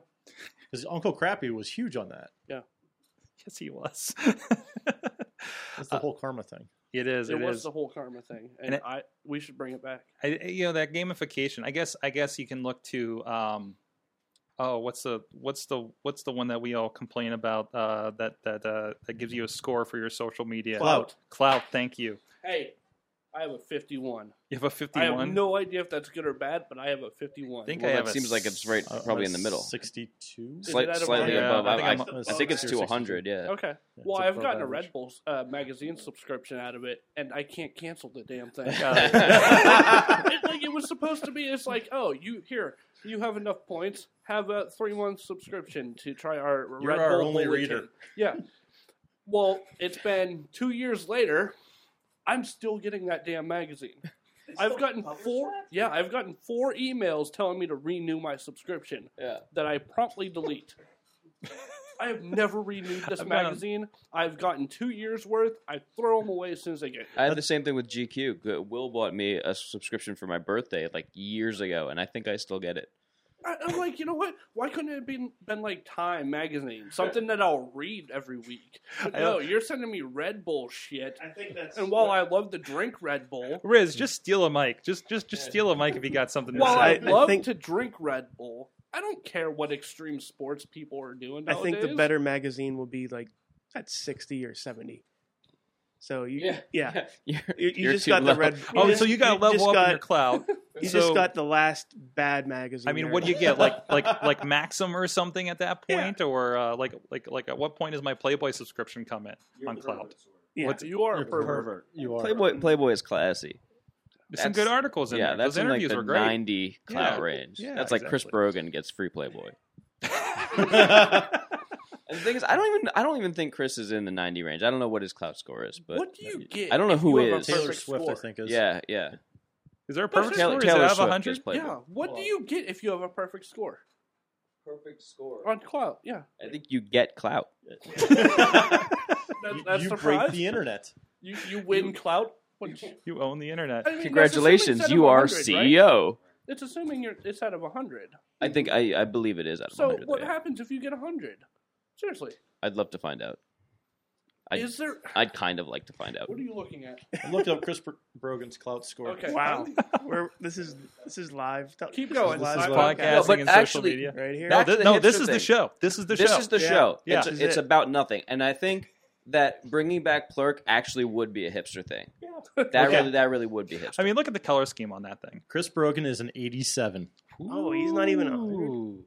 S5: because Uncle Crappy was huge on that.
S1: Yes, he was.
S5: That's the
S4: Uh,
S5: whole karma thing.
S1: it is.
S2: It,
S1: it
S2: was
S1: is.
S2: the whole karma thing, and,
S1: And it-
S2: I we should bring it back.
S1: I, you know that gamification. I guess I guess you can look to um, oh what's the what's the what's the one that we all complain about uh, that that uh, that gives you a score for your social media
S5: Clout.
S1: Clout. Thank you.
S2: Hey, I have a 51.
S1: You have a
S2: I have
S1: fifty-one.
S2: no idea if that's good or bad, but I have a 51.
S1: Think
S4: Well,
S1: I
S4: that
S1: have a
S4: seems like it's right,
S5: Uh,
S4: probably in the
S5: that's
S4: middle.
S5: Sixty-two.
S2: Is
S4: Slight-
S2: it out of
S4: slightly
S1: order? Yeah,
S4: above.
S1: I
S4: I
S1: think
S4: I,
S1: I'm-
S4: I think it's to hundred. Yeah.
S2: okay.
S5: Yeah,
S2: well,
S5: it's
S2: I've
S5: above
S2: gotten a
S5: average.
S2: Red Bull uh, magazine subscription out of it, and I can't cancel the damn thing. it, like it was supposed to be. It's like, oh, you here, you have enough points. Have a three month subscription to try our
S5: You're
S2: Red
S5: our
S2: Bull
S5: only
S2: bulletin.
S5: reader.
S2: Yeah. Well, it's been two years later. I'm still getting that damn magazine. I've gotten four. Yeah, I've gotten four emails telling me to renew my subscription
S4: Yeah.
S2: that I promptly delete. I have never renewed this
S1: I've got 'em.
S2: magazine. I've gotten two years worth. I throw them away as soon as I get.
S4: I had the same thing with GQ. G- Will bought me a subscription for my birthday like years ago, and I think I still get it.
S2: I, I'm like, you know what? Why couldn't it have been, been like Time magazine, something that I'll read every week? But
S1: I-
S2: no, you're sending me Red Bull shit.
S6: I think that's.
S2: And while I love to drink Red Bull,
S1: Riz, just steal a mic. Just just just steal a mic if you got something to
S2: while
S1: say.
S2: I,
S6: I- I
S2: love
S6: think-
S2: to drink Red Bull, I don't care what extreme sports people are doing.
S6: I think the
S2: nowadays.
S6: better magazine will be like at sixty or seventy. So you, yeah,
S4: You're,
S6: you, you
S4: you're
S6: just
S4: too
S6: got
S4: low.
S6: the red.
S1: oh,
S6: just-
S1: so you got to level
S6: just
S1: up in
S6: got-
S1: your cloud.
S6: You
S1: So-
S6: just got the last bad magazine.
S1: I mean,
S6: there.
S1: what do you get? Like like like Maxim or something at that
S6: Yeah.
S1: point, or uh, like like like at what point is my Playboy subscription come in on cloud?
S6: Yeah.
S1: What's,
S2: you are a
S5: You're a
S2: pervert.
S3: Pervert.
S5: You are.
S4: Playboy, Playboy is classy.
S1: some
S4: That's-
S1: good articles in
S4: yeah,
S1: there.
S4: that's
S1: Those
S4: in like
S1: interviews
S4: the
S1: were great.
S4: 90 clout
S1: Yeah.
S4: range.
S1: Yeah,
S4: that's like Chris
S1: exactly.
S4: Brogan gets free Playboy. And the thing is, I don't even I don't even think Chris is in the 90 range. I don't know what his clout score is, but
S2: what do you get?
S4: I don't know
S2: if
S4: who
S2: you have a
S4: is.
S5: Taylor
S2: perfect
S5: Swift, I
S2: score?
S5: think is.
S4: yeah, yeah.
S1: Is there a perfect
S4: Taylor,
S1: score?
S4: Taylor
S1: is it out of
S4: Swift
S1: hundred?
S4: gets Playboy.
S2: Yeah. What do you get if you have a perfect score
S3: Perfect score.
S2: on cloud? Yeah.
S4: I think you get clout.
S2: That,
S5: You,
S2: that's
S5: you
S2: the
S5: break
S2: prize.
S5: the internet.
S2: You, you win clout. What-
S1: You own the
S2: I
S1: internet.
S2: mean, that's assuming
S4: Congratulations,
S2: it's out
S4: you
S2: of
S4: are E
S2: 100, right?
S4: CEO.
S1: Mm-hmm.
S2: It's assuming you're it's out of hundred.
S4: I think I, I believe it is out of
S2: So
S4: 100.
S2: what
S4: though.
S2: happens if you get hundred? Seriously,
S4: I'd love to find out. I-
S2: is there?
S4: I'd kind of like to find out.
S2: What are you looking at?
S5: I looked up Chris Br- Brogan's clout score.
S2: Okay.
S6: Wow, We're, this is this is live. Tell-
S2: Keep
S6: this is
S2: going.
S5: This
S6: live
S5: is
S1: podcasting
S5: live.
S4: No, but
S1: and social
S4: actually-
S1: media.
S6: right here.
S1: No,
S4: Back to
S1: this,
S4: the
S1: no, this
S4: hipster
S1: is
S4: thing.
S1: the show. This is the
S4: this
S1: show.
S4: is the
S6: Yeah.
S4: show.
S1: Yeah.
S4: It's,
S6: This is
S4: it's
S6: it.
S4: about nothing. And I think that bringing back Plurk actually would be a hipster thing. That
S5: Okay.
S4: really that really would be hipster.
S1: I mean, look at the color scheme on that thing.
S5: Chris Brogan is an 87.
S6: Oh, he's not even a hundred.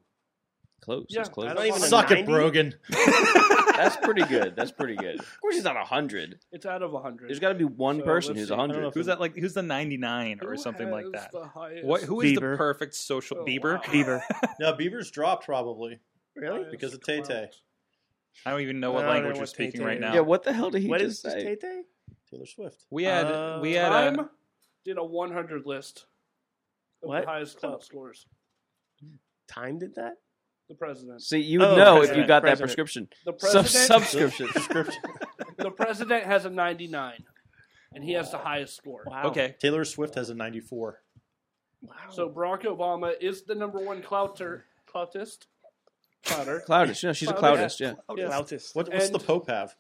S4: close.
S2: Yeah,
S4: it's close.
S6: I don't even-
S5: Suck it,
S6: 90?
S5: Brogan.
S4: That's pretty good. That's pretty good. Of course he's not 100.
S2: It's out of hundred.
S4: There's got to be one
S5: So,
S4: person
S5: let's
S4: who's
S5: see. I don't know
S4: 100.
S5: if
S1: Who's that? Like, who's the ninety nine or
S2: Who
S1: something like
S2: has
S1: that?
S2: the highest-
S1: What? Who is the
S6: Bieber.
S1: perfect social
S2: Oh,
S1: Bieber?
S2: wow.
S6: Bieber.
S5: Now, Beaver's dropped probably.
S6: Really?
S5: Because of
S2: highest
S5: Tay-Tay.
S2: clout?
S1: I don't even know what
S6: I don't
S1: language
S6: know
S1: we're
S6: what
S1: speaking
S6: Tay-Tay
S1: right
S6: is.
S1: now.
S4: Yeah, what the hell did he
S6: What is
S4: just
S6: this
S4: say?
S6: Tay Tay?
S5: Taylor Swift.
S1: We had
S6: Uh,
S1: we had
S2: Time
S1: a,
S2: did a one hundred list. Of
S6: What?
S2: the highest clout scores?
S6: Time did that?
S2: The president.
S4: See, you would
S6: Oh,
S4: know if
S1: president,
S4: you got that
S6: president.
S4: prescription.
S2: The
S4: Sub-
S2: president.
S4: subscription.
S5: Subscription.
S2: the president has a ninety nine, and he has the highest score.
S6: Wow.
S1: okay.
S5: Taylor Swift has a 94.
S6: Wow.
S2: So Barack Obama is the number one clouter, cloutist, clouter.
S4: Cloudist. No, she's a
S2: Cloudist.
S4: cloudist. Yeah.
S6: Loudest.
S2: Yes.
S6: Loudest.
S5: What, what's
S2: And-
S5: the Pope have?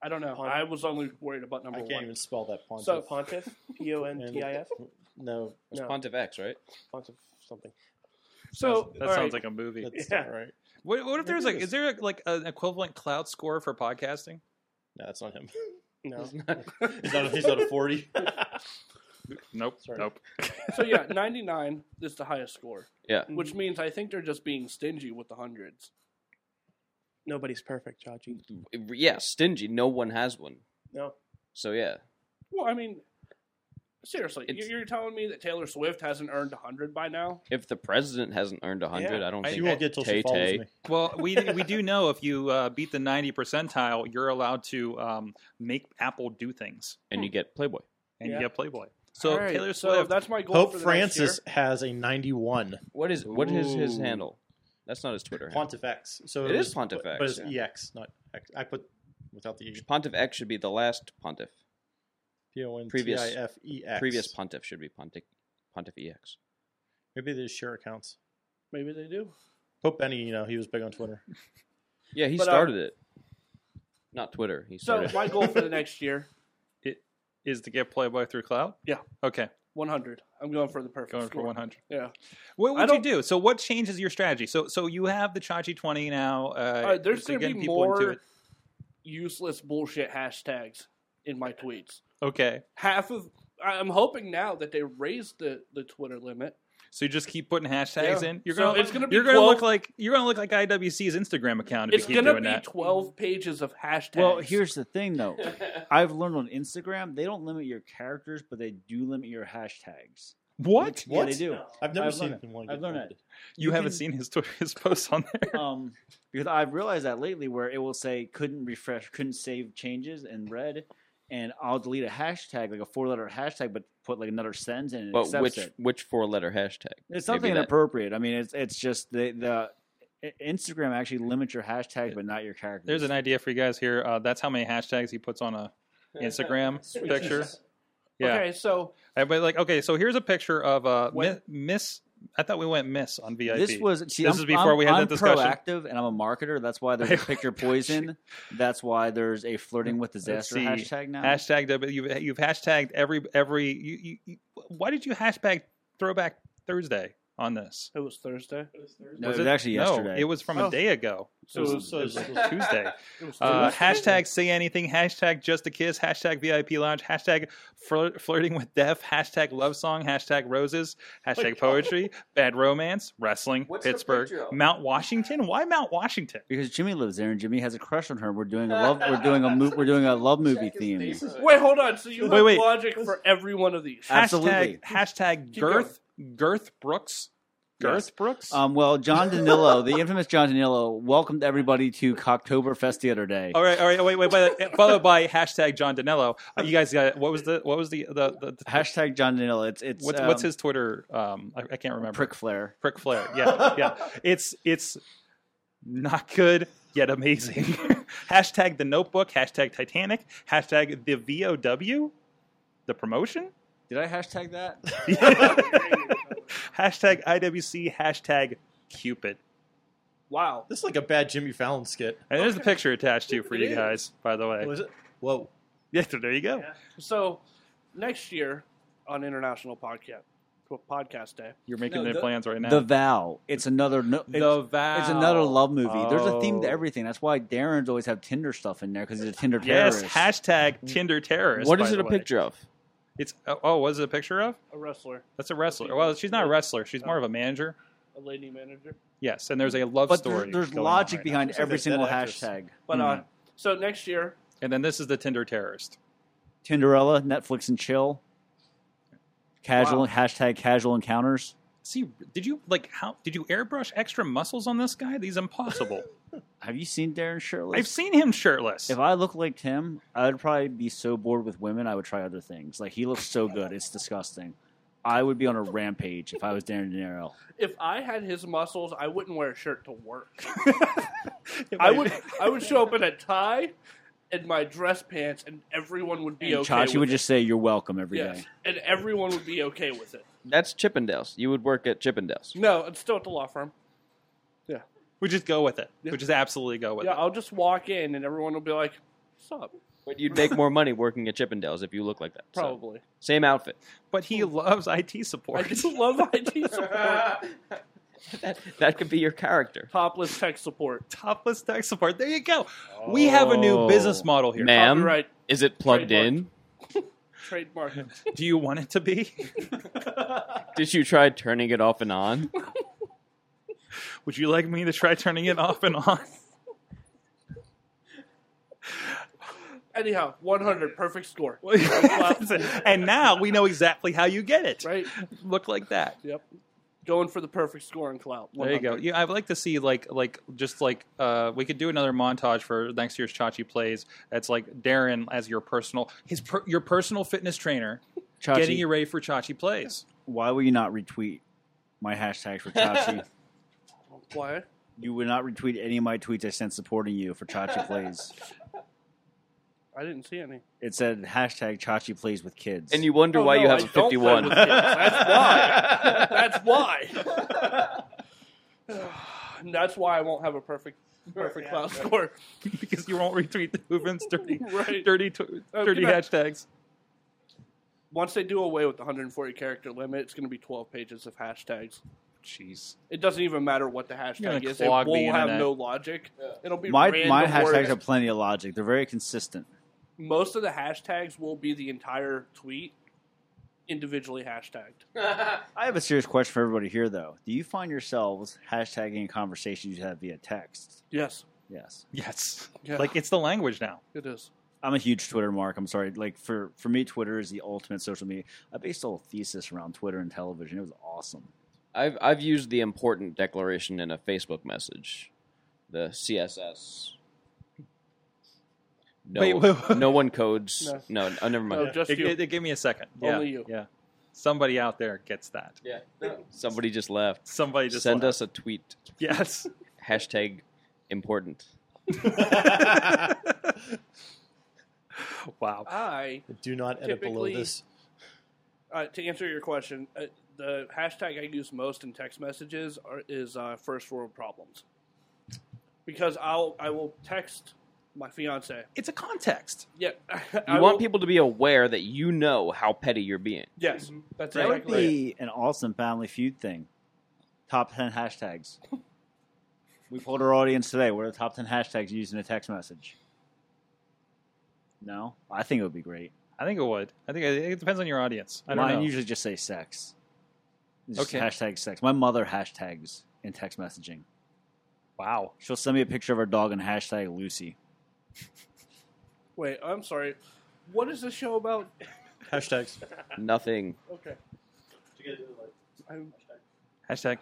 S2: I don't know.
S6: Pun.
S2: I was only worried about
S5: I
S2: number
S5: can't
S2: one.
S5: even spell that pontiff.
S2: So-
S6: Pontiff? P O N
S5: And-
S6: T I F?
S5: no,
S4: It's
S6: No.
S4: Pontiff X, right?
S6: Pontiff something.
S2: So all
S1: That sounds
S2: right.
S1: like a movie.
S5: that's
S6: Yeah.
S5: not right.
S1: What, what if
S5: Maybe
S1: there's like
S5: it is.
S1: is there like an equivalent cloud score for podcasting?
S5: No, that's not him.
S6: No.
S5: He's not, he's not a 40.
S1: Nope.
S5: Sorry.
S1: Nope.
S2: so yeah, ninety nine is the highest score,
S4: Yeah.
S2: which means I think they're just being stingy with the hundreds.
S6: Nobody's perfect, Chachi.
S4: Yeah, stingy. No one has one.
S6: No.
S4: So yeah.
S2: Well, I mean, seriously, you-
S4: It's-
S2: you're telling me that Taylor Swift hasn't eurned hundred by now?
S4: If the president hasn't earned 100,
S6: Yeah.
S4: I don't
S1: I-
S4: think
S5: She won't get till she follows
S4: Tay-Tay.
S5: me.
S1: Well, we we do know if you uh, beat the ninety percentile, you're allowed to um, make Apple do things,
S4: and you get Playboy.
S1: and
S6: Yeah.
S1: you get Playboy. So
S2: All right,
S1: Taylor
S2: so
S1: Swift.
S2: that's my goal.
S5: Pope
S2: for the next
S5: Francis has a 91.
S4: What is what is his
S1: Ooh.
S4: handle? That's not his Twitter handle.
S5: Pontiff X. So
S4: It is
S5: was-
S4: Pontiff
S5: but-
S4: X,
S5: But it's EX, not X. I put without the E.
S4: Pontiff X should be the last pontiff.
S5: P O N T
S4: Previous-
S5: I F E X.
S4: Previous pontiff should be pontiff pontiff ex.
S5: Maybe they share accounts.
S2: year. Maybe they do.
S5: Pope Benny, you know, he was big on Twitter.
S4: Yeah, he
S2: But, uh,
S4: started it. Not Twitter. He
S2: So
S4: started.
S2: my goal for the next year,
S1: is to get Playboy through cloud.
S2: Yeah.
S1: Okay.
S2: one hundred. I'm going for the perfect
S1: Going
S2: score.
S1: for one hundred.
S2: Yeah.
S1: What
S2: I
S1: would you
S2: don't-
S1: do? So what changes your strategy? So so you have the Chachi twenty now. Uh,
S2: All right, there's
S1: so
S2: going to
S1: getting
S2: be
S1: people into
S2: more
S1: it.
S2: useless bullshit hashtags in my tweets.
S1: Okay.
S2: Half of I- I'm hoping now that they raised the, the Twitter limit.
S1: So you just keep putting hashtags
S2: Yeah.
S1: in. You're
S2: So
S1: gonna
S2: it's gonna be
S1: you're gonna look
S2: 12
S1: like you're gonna look like IWC's Instagram account if
S2: it's
S1: you keep
S2: gonna
S1: doing
S2: be
S1: that.
S2: 12 pages of hashtags.
S3: Well, here's the thing, though. I've learned on Instagram they don't limit your characters, but they do limit your hashtags.
S1: What?
S3: Yeah, they do.
S5: I've never
S3: I've
S5: seen
S3: learned
S5: him one.
S3: I've
S5: get
S3: learned
S5: one.
S3: that.
S1: You,
S3: You
S1: haven't
S3: can-
S1: seen his Twitter, his posts on there.
S3: Um, because I've realized that lately, where it will say couldn't refresh, couldn't save changes in red, and I'll delete a hashtag, like a four letter hashtag, but put like another sentence in and it
S4: But
S3: accepts
S4: which
S3: it.
S4: which four letter hashtag?
S3: It's
S4: Maybe
S3: something
S4: that-
S3: inappropriate. I mean, it's it's just the the I- Instagram actually limits your hashtag, but not your character.
S1: There's an idea for you guys here. Uh, that's how many hashtags he puts on a Instagram picture. Yeah.
S2: Okay, so
S1: Uh, But like, okay, so here's a picture of uh, mi-
S2: What-
S1: Miss. I thought we went Miss on VIP.
S3: This was see,
S1: This
S3: I'm-
S1: is before
S3: I'm-
S1: we had
S3: I'm
S1: that discussion.
S3: Proactive, and I'm a marketer. That's why there's a picture poison. That's why there's a flirting with disaster
S1: see.
S3: hashtag now.
S1: hashtag. W- You've, you've hashtagged every every. You, you, you, why did you hashtag Throwback Thursday on this?
S2: it was Thursday.
S3: no, it was actually yesterday.
S1: No, it was from a
S2: Oh.
S1: day ago.
S2: So
S5: was-
S2: it was,
S5: it was-
S2: it was-
S1: Tuesday.
S2: it was
S1: Uh,
S2: Thursday.
S1: hashtag say anything. Hashtag just a kiss. Hashtag VIP lounge. Hashtag flir- flirting with death. Hashtag love song. Hashtag roses. Hashtag poetry. Bad romance. Wrestling.
S4: What's her
S1: Pittsburgh.
S4: picture of?
S1: Mount Washington. Why Mount Washington?
S3: because Jimmy lives there, and Jimmy has a crush on her. We're doing a love. We're doing a mo- we're doing a love movie theme.
S2: Wait, hold on. So you
S1: Wait,
S2: have
S1: wait.
S2: logic for every one of these.
S3: Absolutely.
S1: Hashtag, hashtag
S2: Keep
S1: Girth Girth Brooks. Girth Brooks.
S3: Um, well, John Danilo, the infamous John Danilo, welcomed everybody to Cocktoberfest the other day.
S1: all right, all right. Wait, wait. By the, followed by hashtag John Danello. Uh, you guys got what was the what was the the, the, the
S3: Hashtag John Danilo. It's it's
S1: what's,
S3: um,
S1: what's his Twitter? Um, I, I can't remember.
S3: prick flare.
S1: Prick Flair. Yeah, yeah. It's it's not good yet amazing. hashtag the Notebook. Hashtag Titanic. Hashtag the VOW. The promotion.
S3: Did I hashtag that?
S1: hashtag IWC. Hashtag Cupid.
S2: Wow.
S5: This is like a bad Jimmy Fallon skit.
S1: And there's a picture attached to you for
S2: It
S1: you
S2: is.
S1: guys, by the way.
S5: Was it? Whoa.
S1: Yeah, so there you go.
S2: So next year on International Podcast Podcast Day,
S1: You're making
S3: No,
S1: their
S3: the-
S1: plans right now.
S3: The Vow. It's another no, it's,
S1: vow.
S3: it's another love movie. There's a theme to
S1: Oh.
S3: everything. That's why Darren's always have Tinder stuff in there because he's a Tinder
S1: Yes,
S3: terrorist.
S1: hashtag Tinder terrorist.
S4: What
S1: by
S4: is it
S1: the
S4: a
S1: way.
S4: picture of?
S1: It's oh, oh, was it a picture of?
S2: a wrestler,
S1: That's a wrestler. Well, she's not a wrestler. She's more of a manager.
S2: a lady manager.
S1: Yes, and there's a love
S3: but there-
S1: story.
S3: there's
S1: going on
S3: logic
S1: right now.
S3: behind
S5: It's like
S3: every
S5: that
S3: single
S5: actress.
S3: hashtag.
S2: But
S1: Mhm.
S3: Hmm.
S2: uh, so next year,
S1: And then this is the Tinder terrorist.
S3: Tinderella, Netflix and chill. Casual hashtag casual encounters.
S1: See, did you like how did you airbrush extra muscles on this guy? These impossible.
S3: Have you seen Darren shirtless?
S1: I've seen him shirtless.
S3: If I looked like him, I'd probably be so bored with women, I would try other things. Like he looks so good, it's disgusting. I would be on a rampage if I was Darren De Niro.
S2: if I had his muscles, I wouldn't wear a shirt to work.
S1: If
S2: I would I would show up in a tie and my dress pants, and everyone would be
S3: And
S2: okay.
S3: Chachi
S2: with
S3: would
S2: it.
S3: just say, "You're welcome" every day.
S2: yes, and everyone would be okay with it.
S4: That's Chippendales. You would work at Chippendales.
S2: No, it's still at the law firm.
S1: we just go with it. We just absolutely go with
S2: Yeah,
S1: it.
S2: I'll just walk in, and everyone will be like, "What's up?"
S4: But you'd make more money working at Chippendales if you look like that. So,
S2: Probably.
S4: same outfit.
S1: But he loves IT
S2: I
S1: support.
S2: do love IT support,
S4: that, that could be your character.
S2: topless tech support.
S1: Topless tech support. There you go. We have a new
S3: Oh,
S1: business model here.
S4: Ma'am,
S2: Copyright
S4: is it plugged in?
S2: trademark.
S1: Do you want it to be?
S4: Did you try turning it off and on?
S1: Would you like me to try turning it off and on?
S2: Anyhow, 100 perfect score.
S1: and now we know exactly how you get it.
S2: Right?
S1: Look like that.
S2: Yep. Going for the perfect score in clout.
S1: There you go.
S2: 100.
S1: Yeah, I'd like to see like like just like uh, we could do another montage for next year's Chachi plays. That's like Darren as your personal his per, your personal fitness trainer,
S3: Chachi,
S1: getting you ready for Chachi plays.
S3: why will you not retweet my hashtags for Chachi?
S2: Oh, Why?
S3: you would not retweet any of my tweets I sent supporting you for Chachi plays.
S2: I didn't see any.
S3: It said hashtag Chachi plays with kids.
S4: And you wonder
S2: Oh,
S4: why
S2: no,
S4: you have
S2: I
S4: a
S2: don't play
S4: 51.
S2: with kids. That's why. That's why. And that's why I won't have a perfect perfect clout score.
S1: because you won't retweet the Hooven's dirty
S2: Right.
S1: dirty tw-
S2: Oh,
S1: dirty
S2: good night.
S1: hashtags.
S2: Once they do away with the 140 character limit, it's going to be 12 pages of hashtags.
S1: Jeez.
S2: It doesn't even matter what the hashtag
S1: gonna
S2: is. It
S1: clog the
S2: will have
S1: internet.
S2: no logic. It'll be
S3: my
S2: random
S3: my hashtags
S2: words.
S3: have plenty of logic. They're very consistent.
S2: most of the hashtags will be the entire tweet individually hashtagged.
S3: I have a serious question for everybody here, though. Do you find yourselves hashtagging conversations you have via text?
S2: Yes,
S3: Yes.
S1: Yes.
S2: Yeah.
S1: Like it's the language now.
S2: it is.
S3: I'm a huge Twitter mark. I'm sorry. Like for for me, Twitter is the ultimate social media. I based a whole thesis around Twitter and television. It was awesome.
S4: I've, I've used the important declaration in a Facebook message, the CSS. No,
S1: Wait, wait, wait.
S4: no one codes. No, oh, never mind.
S2: No, just
S1: It,
S2: you.
S1: it, it gave me a second. Yeah,
S2: Only you.
S1: Yeah. Somebody out there gets that.
S4: Yeah. Somebody just left.
S1: Somebody just
S4: Send
S1: laughed.
S4: us a tweet.
S1: Yes.
S4: Hashtag important.
S1: wow.
S2: I
S5: Do not edit below
S2: Typically-
S5: this.
S2: uh, to answer your question, uh, the hashtag I use most in text messages are, is uh, first world problems, because I'll I will text my fiance.
S1: It's a context.
S2: Yeah,
S4: You want people to be aware that you know how petty you're being.
S2: Yes, that's
S3: That would
S2: exactly. it.
S3: be an awesome Family Feud thing. Top ten hashtags. we polled our audience today. What are the top ten hashtags used in a text message? No, I think it would be great.
S1: I think it would. I think it, it depends on your audience. I don't
S3: Mine
S1: know.
S3: usually just say sex. Just
S1: Okay.
S3: Hashtag sex. My mother hashtags in text messaging.
S1: wow.
S3: She'll send me a picture of her dog and hashtag Lucy.
S2: Wait, I'm sorry. What is this show about?
S5: Hashtags.
S4: Nothing.
S2: Okay, I'm,
S1: Hashtag.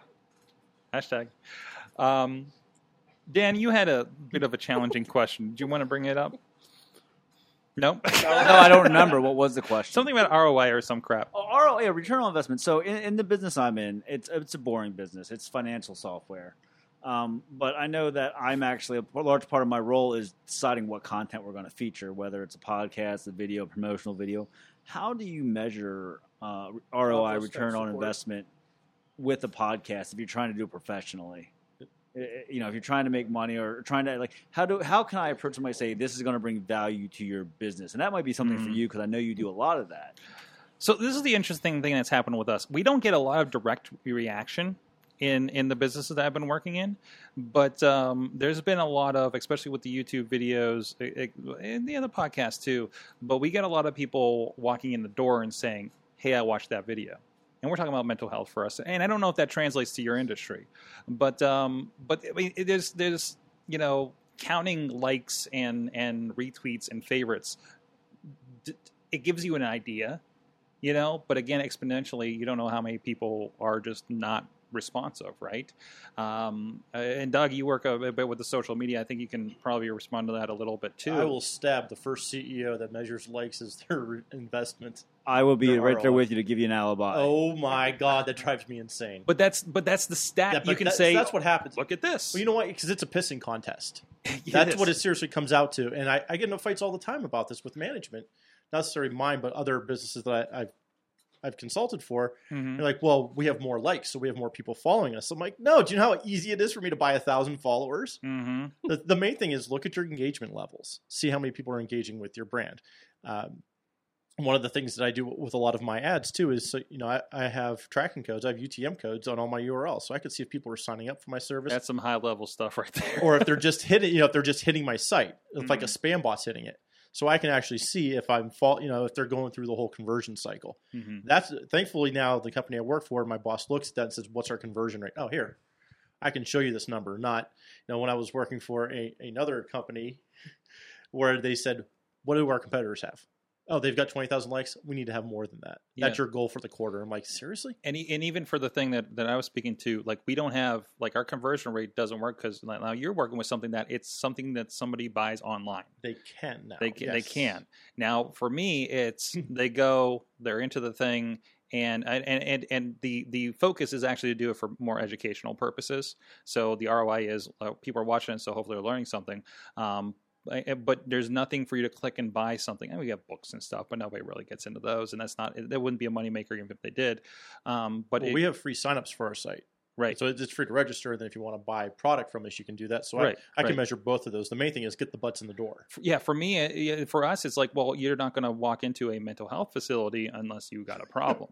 S1: Hashtag. Um, Dan, you had a bit of a challenging question. Do you want to bring it up? No.
S3: no, I don't remember. What was the question?
S1: Something about ROI or some crap.
S3: Oh, ROI, yeah, return on investment. So in, in the business I'm in, it's it's a boring business. It's financial software, um, but I know that I'm actually a large part of my role is deciding what content we're going to feature, whether it's a podcast, a video, promotional video. How do you measure uh, ROI,
S2: those
S3: return
S2: types of
S3: on
S2: work.
S3: investment, with a podcast if you're trying to do it professionally? Uh, You know, if you're trying to make money or trying to like, how do how can I approach somebody and say this is going to bring value to your business, and that might be something for
S1: Mhm.
S3: you because I know you do a lot of that.
S1: So this is the interesting thing that's happened with us. We don't get a lot of direct reaction in in the businesses that I've been working in, but um, there's been a lot of, especially with the YouTube videos i- i- and the other podcasts too. But we get a lot of people walking in the door and saying, "Hey, I watched that video." And we're talking about mental health for us, and I don't know if that translates to your industry, but um, but I mean, it- there's there's you know counting likes and and retweets and favorites, d- it gives you an idea, you know but again exponentially you don't know how many people are just not responsive right um, uh, and doug you work a, a bit with the social media i think you can probably respond to that a little bit too
S5: I will stab the first CEO that measures likes as their re- investment.
S3: I will be
S5: There
S3: right
S5: are
S3: there
S5: a lot.
S3: with you to give you an alibi.
S5: Oh my god, that drives me insane.
S1: Uh, but that's but that's the stat
S5: Yeah,
S1: you
S5: but
S1: can
S5: that-
S1: say
S5: that's what happens.
S1: look at this
S5: Well, you know what? Because it's a pissing contest.
S1: It
S5: That's
S1: is.
S5: what it seriously comes out to. And I, I get into fights all the time about this with management, not necessarily mine, but other businesses that I, I've I've consulted for.
S1: Mhm.
S5: They're like, well, we have more likes, so we have more people following us. I'm like, no. Do you know how easy it is for me to buy a thousand followers?
S1: Mhm.
S5: the, the main thing is look at your engagement levels. See how many people are engaging with your brand. Um, one of the things that I do with a lot of my ads too is, so, you know, I, I have tracking codes, I have UTM codes on all my URLs, so I could see if people are signing up for my service
S1: that's some high level stuff right there
S5: or if they're just hitting, you know, if they're just hitting my site, if like a
S1: Mm-hmm.
S5: spam bot's hitting it. So I can actually see if I'm fault, you know, if they're going through the whole conversion cycle.
S1: Mhm.
S5: That's thankfully now the company I work for, my boss looks at that and says, "What's our conversion rate?" Oh, here, I can show you this number. Not, you know, when I was working for a, another company, where they said, "What do our competitors have?" Oh, they've got twenty thousand likes. We need to have more than that. That's
S1: Yeah.
S5: your goal for the quarter. I'm like, seriously?
S1: and, e- and even for the thing that, that I was speaking to, like we don't have like our conversion rate doesn't work because now you're working with something that it's something that somebody buys online.
S5: They can now.
S1: They can, they
S5: Yes.
S1: can. Now for me, it's they go, they're into the thing, and and and and the the focus is actually to do it for more educational purposes. So the ROI is uh, people are watching it, so hopefully they're learning something. Um, I- I- but there's nothing for you to click and buy something. And we have books and stuff, but nobody really gets into those, and that's not that wouldn't be a moneymaker even if they did. Um, but
S5: Well,
S1: it-
S5: we have free signups for our site.
S1: right,
S5: So it's it's free to register. Then if you want to buy product from us, you can do that. So
S1: Right,
S5: I, I can
S1: right.
S5: measure both of those. The main thing is get the butts in the door.
S1: F- yeah, for me, it- yeah, for us, it's like, well, you're not going to walk into a mental health facility unless you got a problem.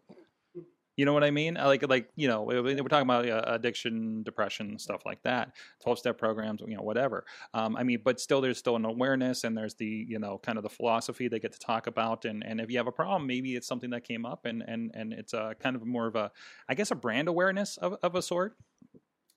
S1: you know what I mean? I Like, like you know, we- we- we're talking about uh, addiction, depression, stuff like that. Twelve step programs, you know, whatever. Um, I mean, but still, there's still an awareness, and there's the you know, kind of the philosophy they get to talk about, and and if you have a problem, maybe it's something that came up, and and and it's a kind of more of a, I guess, a brand awareness of of a sort.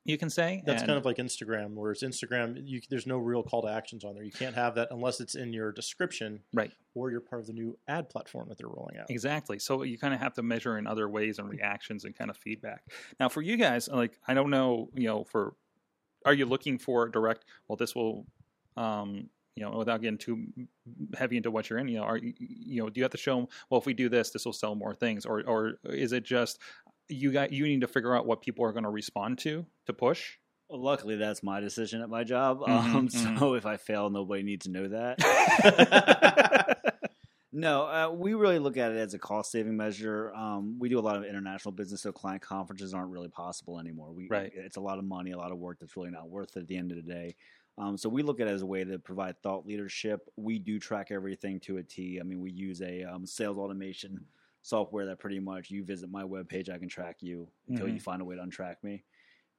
S1: You can say
S5: That's
S1: And-
S5: kind of like Instagram, whereas Instagram, you, there's no real call to actions on there. You can't have that unless it's in your description,
S1: Right.
S5: Or you're part of the new ad platform that they're rolling out.
S1: Exactly. So you kind of have to measure in other ways and reactions and kind of feedback. Now, for you guys, uh, like I don't know, you know, for are you looking for direct? Well, this will, um, you know, without getting too heavy into what you're in, you know, are you know, do you have to show them? Well, if we do this, this will sell more things, or or is it just you got you need to figure out what people are going to respond to to push?
S3: Well, luckily, that's my decision at my job.
S1: Mhm,
S3: um, So if I fail, nobody needs to know that. no, uh, we really look at it as a cost saving measure. Um, we do a lot of international business, so client conferences aren't really possible anymore. We,
S1: Right.
S3: It's a lot of money, a lot of work that's really not worth it at the end of the day. Um, so we look at it as a way to provide thought leadership. We do track everything to a T. I mean, we use a um, sales automation software that pretty much you visit my webpage, I can track you until you find a way to untrack me.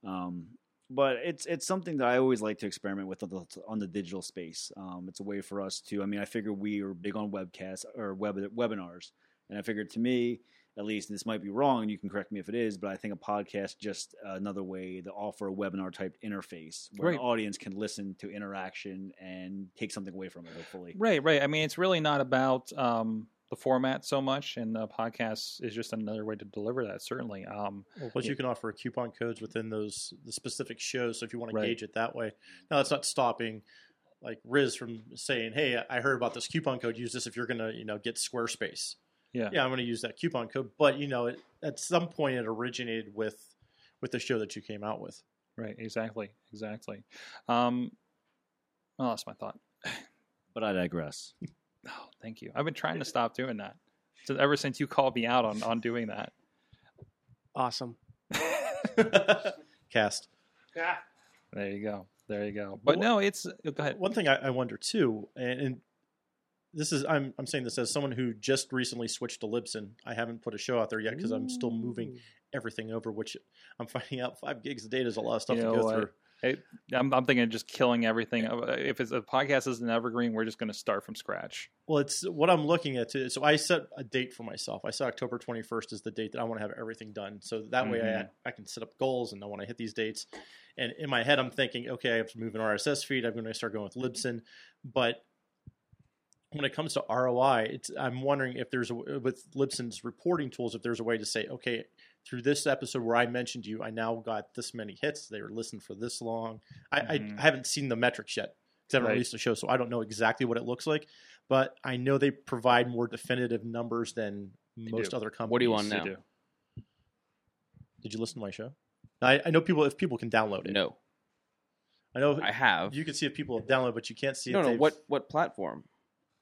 S3: Um, but it's it's something that I always like to experiment with on the, on the digital space. Um, it's a way for us to. I mean, I figure we are big on webcasts or web webinars, and I figured to me, at least, and this might be wrong, and you can correct me if it is, but I think a podcast just another way to offer a webinar type interface where
S1: Right.
S3: an audience can listen to interaction and take something away from it. Hopefully,
S1: Right, right. I mean, it's really not about um, the format so much, and the podcast is just another way to deliver that. Certainly, um,
S5: Well, plus
S1: Yeah.
S5: you can offer coupon codes within those the specific shows. So if you want
S1: Right.
S5: to gauge it that way, now that's not stopping like Riz from saying, "Hey, I- I heard about this coupon code. Use this if you're gonna you know get Squarespace."
S1: Yeah.
S5: yeah, I'm gonna use that coupon code. But you know, it, at some point, it originated with with the show that you came out with.
S1: right, exactly, exactly. Um, I lost my thought.
S3: but I digress.
S1: Oh, thank you. I've been trying to stop doing that since ever since you called me out on on doing that.
S6: Awesome.
S5: Cast.
S1: There you go. There you go. But no, it's oh, go ahead.
S5: One thing I, I wonder too, and, and this is I'm I'm saying this as someone who just recently switched to Libsyn. I haven't put a show out there yet because I'm still moving everything over, which I'm finding out five gigs a day is a lot of stuff
S1: You
S5: to
S1: know
S5: go
S1: what?
S5: through.
S1: I'm, I'm thinking of just killing everything. uh, If it's a podcast is an evergreen, we're just going to start from scratch.
S5: Well, it's what I'm looking at. Too, so I set a date for myself. I set October 21st as the date that I want to have everything done. So that way I,
S1: Mhm.
S5: I can set up goals and I want to hit these dates. And in my head, I'm thinking, okay, I have to move an RSS feed. I'm going to start going with Libsyn. But when it comes to ROI, it's, I'm wondering if there's a, with Libsyn's reporting tools, if there's a way to say, okay, through this episode where I mentioned you, I now got this many hits. They were listened for this long. I,
S1: Mhm.
S5: I, I haven't seen the metrics yet because I haven't
S1: Right.
S5: released the show, so I don't know exactly what it looks like. But I know they provide more definitive numbers than most
S1: do.
S5: other companies.
S4: What do you want
S1: You
S4: now?
S1: do.
S5: Did you listen to my show? I, I know people if people can download it.
S4: No,
S5: I know
S4: I have.
S5: you can see if people have downloaded, but you can't see.
S4: no,
S5: if
S4: no.
S5: they've-
S4: What what platform?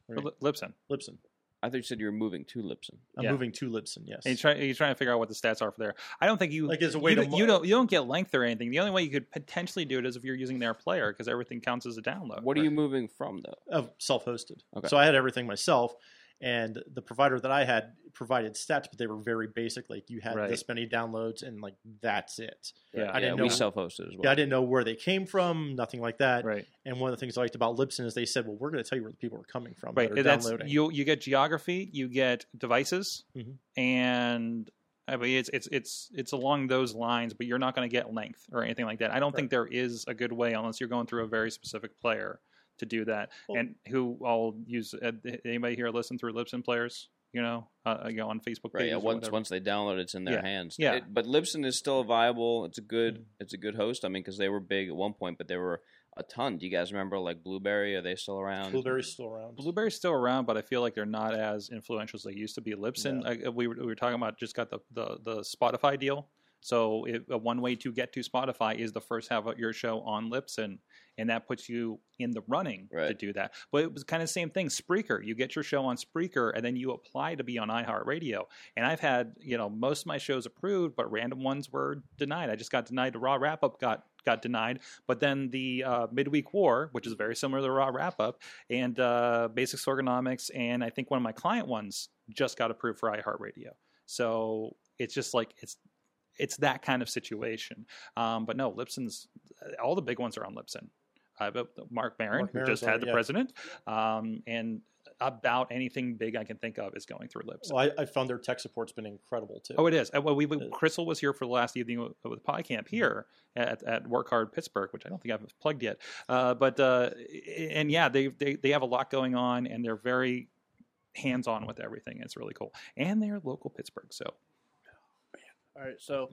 S5: Right.
S1: Li- Lipson.
S5: Libsyn?
S4: I thought you said you were moving to Lipson.
S5: I'm
S1: Yeah.
S5: moving to Libsyn. Yes.
S1: And you're trying, you're trying to figure out what the stats are for there. I don't think you
S5: Like, as a way
S1: you,
S5: to
S1: d-
S5: mo-
S1: you don't you don't get length or anything. The only way you could potentially do it is if you're using their player because everything counts as a download.
S4: What are you moving from though?
S5: of self-hosted.
S4: Okay.
S5: So I had everything myself, and the provider that I had provided stats, but they were very basic. Like you had
S1: Right.
S5: this many downloads, and like that's it.
S1: Yeah,
S5: I didn't
S4: yeah, we
S5: know-
S4: self-hosted as well.
S5: Yeah, I didn't know where they came from, nothing like that.
S1: right?
S5: And one of the things I liked about Libsyn is they said, "Well, we're going to tell you where the people are coming from
S1: Right.
S5: that are
S1: That's
S5: downloading."
S1: you. You get geography. You get devices,
S5: Mhm.
S1: and I mean it's it's it's it's along those lines. But you're not going to get length or anything like that. I don't think there is a good way unless you're going through a very specific player to do that.
S5: Well-
S1: and who all use uh, anybody here listen through Libsyn players? You know, uh, you know on Facebook
S4: Right.
S1: pages.
S4: Yeah,
S1: or
S4: once
S1: whatever.
S4: once they download, it, it's in their
S1: Yeah,
S4: hands.
S1: yeah.
S4: It- but Libsyn is still viable. It's a good
S5: Mm-hmm.
S4: it's a good host. I mean, because they were big at one point, but they were a ton. Do you guys remember like Blueberry? Are they still around?
S5: Blueberry's still around.
S1: Blueberry's still around, but I feel like they're not as influential as they used to be. Libsyn,
S5: No.
S1: I, we, were, we were talking about, just got the, the, the Spotify deal. So it, uh, one way to get to Spotify is to first have uh, your show on Libsyn, and that puts you in the running to
S4: Right.
S1: do that. But it was kind of the same thing. Spreaker, you get your show on Spreaker, and then you apply to be on iHeartRadio. And I've had you know most of my shows approved, but random ones were denied. I just got denied. The Raw Wrap Up got got denied, but then the uh, Midweek War, which is very similar to the Raw Wrap Up, and uh, Basics Ergonomics, and I think one of my client ones just got approved for iHeartRadio. So it's just like it's it's that kind of situation. Um, but no, Lipson's all the big ones are on Lipson. Uh, but Mark Maron,
S5: Mark
S1: who
S5: Maron's
S1: just
S5: on it,
S1: had the
S5: yeah.
S1: president, um, and about anything big I can think of is going through Lipson.
S5: Well, I, I found their tech support's been incredible too.
S1: Oh, it is. Uh, Well, we, we
S5: Uh,
S1: Crystal was here for the last evening with, with PodCamp
S5: Mm-hmm.
S1: here at, at Work Hard Pittsburgh, which I don't think I've plugged yet. Uh, but uh, and yeah, they, they they have a lot going on, and they're very hands on with everything. It's really cool, and they're local Pittsburgh, so
S2: All right, so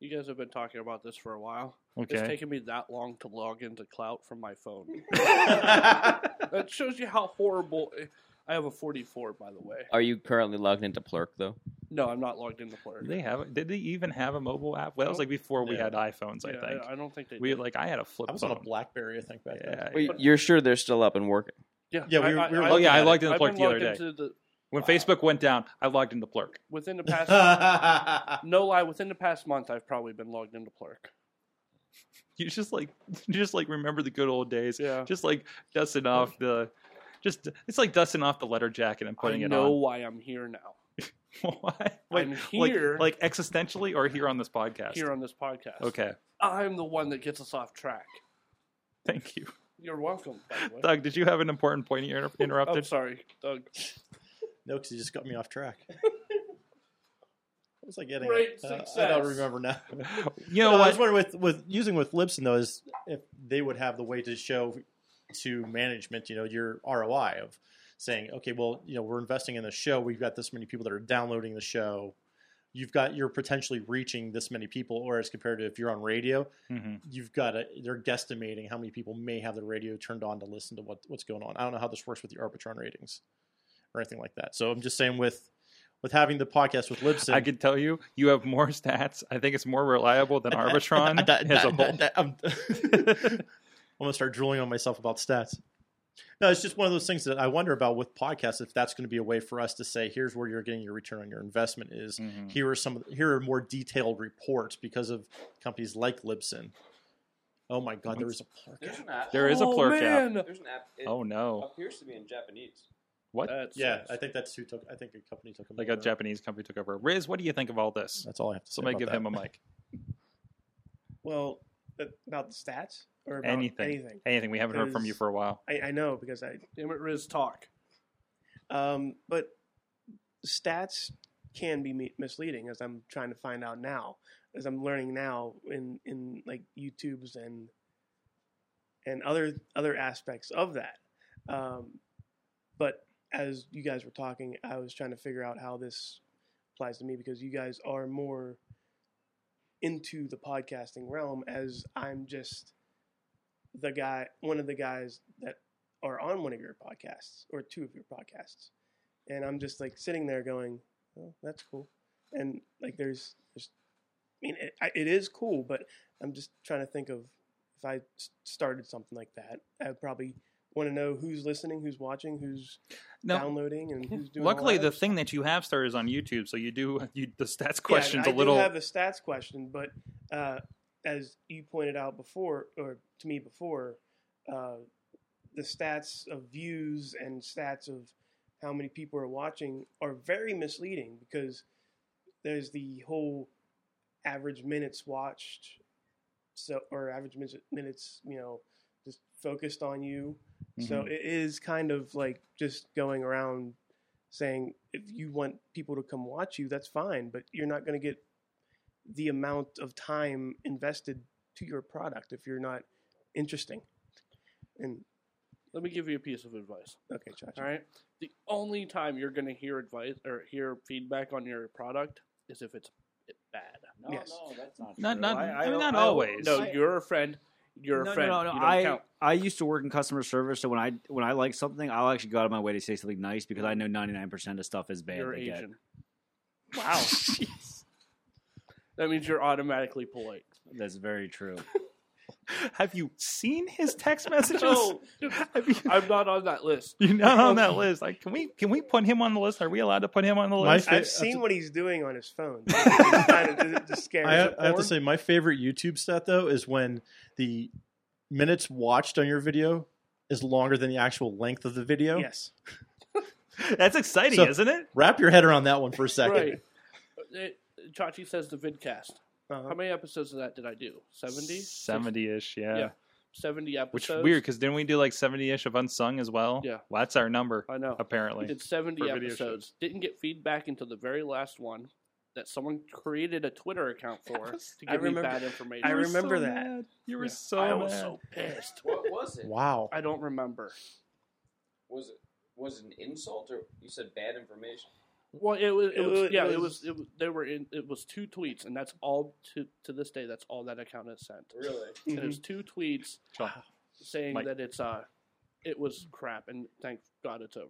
S2: You guys have been talking about this for a while. It's
S1: Okay.
S2: taken me that long to log into Clout from my phone. that shows you how horrible. I have a 44, by the way.
S4: Are you currently logged into Plurk though?
S2: No, I'm not logged into Plurk.
S1: Did they have? Did they even have a mobile app? Well, that was like before we
S5: Yeah.
S1: had iPhones. I
S2: Yeah,
S1: think
S2: I don't think they.
S1: we
S2: did.
S1: like I had a flip
S5: I was on
S1: phone.
S5: a BlackBerry, I think, back
S1: yeah.
S5: then.
S4: Well, you're sure they're still up and working.
S2: yeah,
S5: yeah, we were- we were
S1: oh yeah, I
S5: at
S1: logged
S2: I've
S1: into Plurk
S2: been
S1: the other
S2: logged
S1: day.
S2: into the-
S1: when Facebook went down, I logged into Plurk.
S2: within the past.
S5: Yeah.
S2: no lie, within the past month, I've probably been logged into Plurk.
S1: You just like, you just like remember the good old days.
S2: Yeah.
S1: Just like dusting off the, just it's like dusting off the letter jacket and putting
S2: I
S1: it
S2: know
S1: on.
S2: why I'm here now.
S1: Why?
S2: I'm
S1: like,
S2: here.
S1: like existentially, or here on this podcast.
S2: Here on this podcast.
S1: okay.
S2: I'm the one that gets us off track.
S1: Thank you,
S2: You're welcome. By the way.
S1: Doug. Did you have an important point you inter-
S2: I'm
S1: interrupted?
S2: sorry, Doug.
S5: No, because he just got me off track. What was I getting?
S2: Great
S5: at? Uh, I
S2: success.
S5: don't remember now.
S2: oh,
S1: you
S5: No,
S1: know
S5: I was
S1: what?
S5: wondering with with using with Libsyn though is if they would have the way to show to management, you know, your ROI of saying, okay, well, you know, we're investing in the show. We've got this many people that are downloading the show. You've got you're potentially reaching this many people, or as compared to if you're on radio,
S1: Mhm.
S5: you've got a, they're guesstimating how many people may have the radio turned on to listen to what what's going on. I don't know how this works with the Arbitron ratings or anything like that. So I'm just saying with with having the podcast with Libsyn,
S1: I could tell you, you have more stats. I think it's more reliable than Arbitron as a whole.
S5: I'm, I'm gonna start drooling on myself about stats. No, it's just one of those things that I wonder about with podcasts. If that's going to be a way for us to say, here's where you're getting your return on your investment is.
S1: Mhm.
S5: Here are some. Here are more detailed reports because of companies like Libsyn. Oh my God, there is a plurk. app.
S4: app.
S1: There is a
S2: Oh,
S1: Plurk app.
S2: man.
S4: There's an app. It
S1: Oh no!
S4: appears to be in Japanese.
S1: What?
S2: That's
S5: Yeah, I think that's who took. I think a company took. them
S1: like a
S5: over.
S1: Japanese company took over. Riz, what do you think of all this?
S5: That's all I have to say.
S1: Somebody
S5: about
S1: give
S5: that.
S1: him a mic.
S6: Well, but about the stats or about
S1: Anything.
S6: anything.
S1: Anything. We haven't heard from you
S6: Because-
S1: for a while.
S6: I, I know because I
S2: Damn it, Riz, talk.
S6: Um, but stats can be mi- misleading, as I'm trying to find out now, as I'm learning now in in like YouTube's and and other other aspects of that. Um, but as you guys were talking, I was trying to figure out how this applies to me because you guys are more into the podcasting realm, as I'm just the guy, one of the guys that are on one of your podcasts or two of your podcasts, and I'm just like sitting there going, "Oh, that's cool," and like there's, there's I mean, it, I- it is cool, but I'm just trying to think of if I s- started something like that, I'd probably want to know who's listening, who's watching, who's
S1: No.
S6: downloading, and who's doing. all
S1: Luckily,
S6: that
S1: the
S6: other
S1: thing
S6: stuff.
S1: that you have started is on YouTube, so you do you, the stats
S6: Yeah,
S1: questions
S6: I
S1: a little.
S6: Do have the stats question, but uh, as you pointed out before, or to me before, uh, the stats of views and stats of how many people are watching are very misleading because there's the whole average minutes watched, so or average minutes, minutes you know, just focused on you. So it is kind of like just going around saying if you want people to come watch you, that's fine, but you're not going to get the amount of time invested to your product if you're not interesting. And
S2: Let me give you a piece of advice.
S6: okay, Josh.
S2: All right. The only time you're going to hear advice or hear feedback on your product is if it's bad.
S3: No,
S6: Yes.
S3: no, Oh, that's not
S1: Not-
S3: true.
S1: not- I mean,
S3: don't-
S1: not
S3: don't-
S1: always.
S2: No,
S3: I-
S2: you're a friend. You're
S3: no,
S2: a friend.
S3: No,
S2: You
S3: no, no.
S2: don't
S3: I
S2: count.
S3: I used to work in customer service, so when I when I like something, I'll actually go out of my way to say something nice because I know ninety nine percent of stuff is bad.
S2: You're
S3: they get.
S2: Asian. Wow. that means you're automatically polite.
S3: That's very true.
S1: Have you seen his text messages?
S2: No,
S1: Have you,
S2: I'm not on that list.
S1: you're not on that list. Like, can we can we put him on the list? Are we allowed to put him on the
S5: My
S1: list?
S5: fa-
S6: I've seen what he's doing on his phone. It's kind of just scary.
S5: I
S6: Is
S5: have,
S6: it
S5: I have to
S6: porn?
S5: say, my favorite YouTube stat though is when the minutes watched on your video is longer than the actual length of the video.
S6: yes.
S1: That's exciting,
S5: So-
S1: isn't it?
S5: Wrap your head around that one for a second.
S2: Right. Uh, It, Chachi says the vidcast.
S6: Uh-huh.
S1: Oh.
S2: How many episodes of that did I do? 70?
S1: Seventy-ish, yeah.
S2: Yeah. 70 episodes.
S1: Which is weird because didn't we do like seventy-ish of unsung as well?
S2: Yeah.
S1: well, that's our number
S2: I know. We
S1: apparently.
S2: did 70
S1: for video
S2: episodes. Didn't get feedback until the very last one that someone created a Twitter account for
S1: was-
S2: to
S6: I
S2: give me
S6: remember-
S2: bad information.
S6: I
S1: You were
S6: remember
S1: so
S6: that.
S1: mad. You were
S2: Yeah.
S1: so
S2: I
S1: mad.
S2: was so pissed.
S4: What was it?
S5: Wow.
S2: I don't remember.
S4: Was it was it an insult or you said bad information?
S2: Well, it was, it
S6: It
S2: was,
S6: was-
S2: yeah,
S6: it
S2: it
S6: was-
S2: was, it was, they were in, it was two tweets, and that's all to to this day. That's all that account has sent.
S4: Really?
S2: And it was two tweets
S1: Sean.
S2: saying
S1: Mike.
S2: that it's uh, it was crap, and thank God it's over.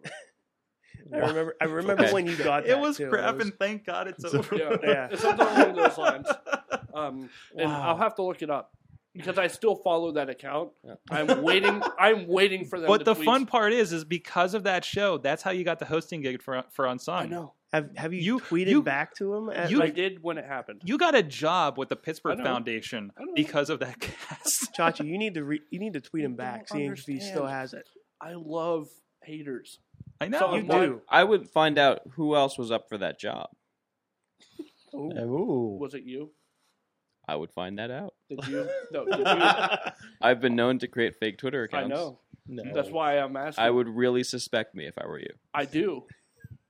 S6: I remember. I remember
S4: Okay.
S6: when you got that
S1: It was
S6: too.
S1: crap, and thank God it's over.
S2: yeah,
S6: Yeah.
S2: it's something along those lines. Um, and I'll have to look it up because I still follow that account.
S4: Yeah.
S2: I'm waiting. I'm waiting for them.
S1: But
S2: to
S1: the
S2: tweet.
S1: fun part is, is because of that show, that's how you got the hosting gig for for Unsung.
S2: I know.
S6: have Have you,
S1: You-
S6: tweeted
S1: you-
S6: back to him? At,
S1: you-
S2: I
S6: like,
S2: did when it happened.
S1: You got a job with the Pittsburgh
S2: know.
S1: Foundation
S2: I know.
S1: because of that cast.
S6: Chachi, you need to re- you need to tweet him
S2: You
S6: back,
S2: don't
S6: seeing if he still has it.
S2: I love haters.
S1: I know.
S2: So
S6: You
S2: I'm not-
S6: do.
S4: I would find out who else was up for that job.
S6: Ooh.
S5: Ooh.
S2: Was it you?
S4: I would find that out.
S2: Did you? No. Did you?
S4: I've been known to create fake Twitter
S2: I
S4: accounts.
S2: know.
S5: No.
S2: That's why I'm asking.
S4: I would really suspect me if I were you.
S2: I do.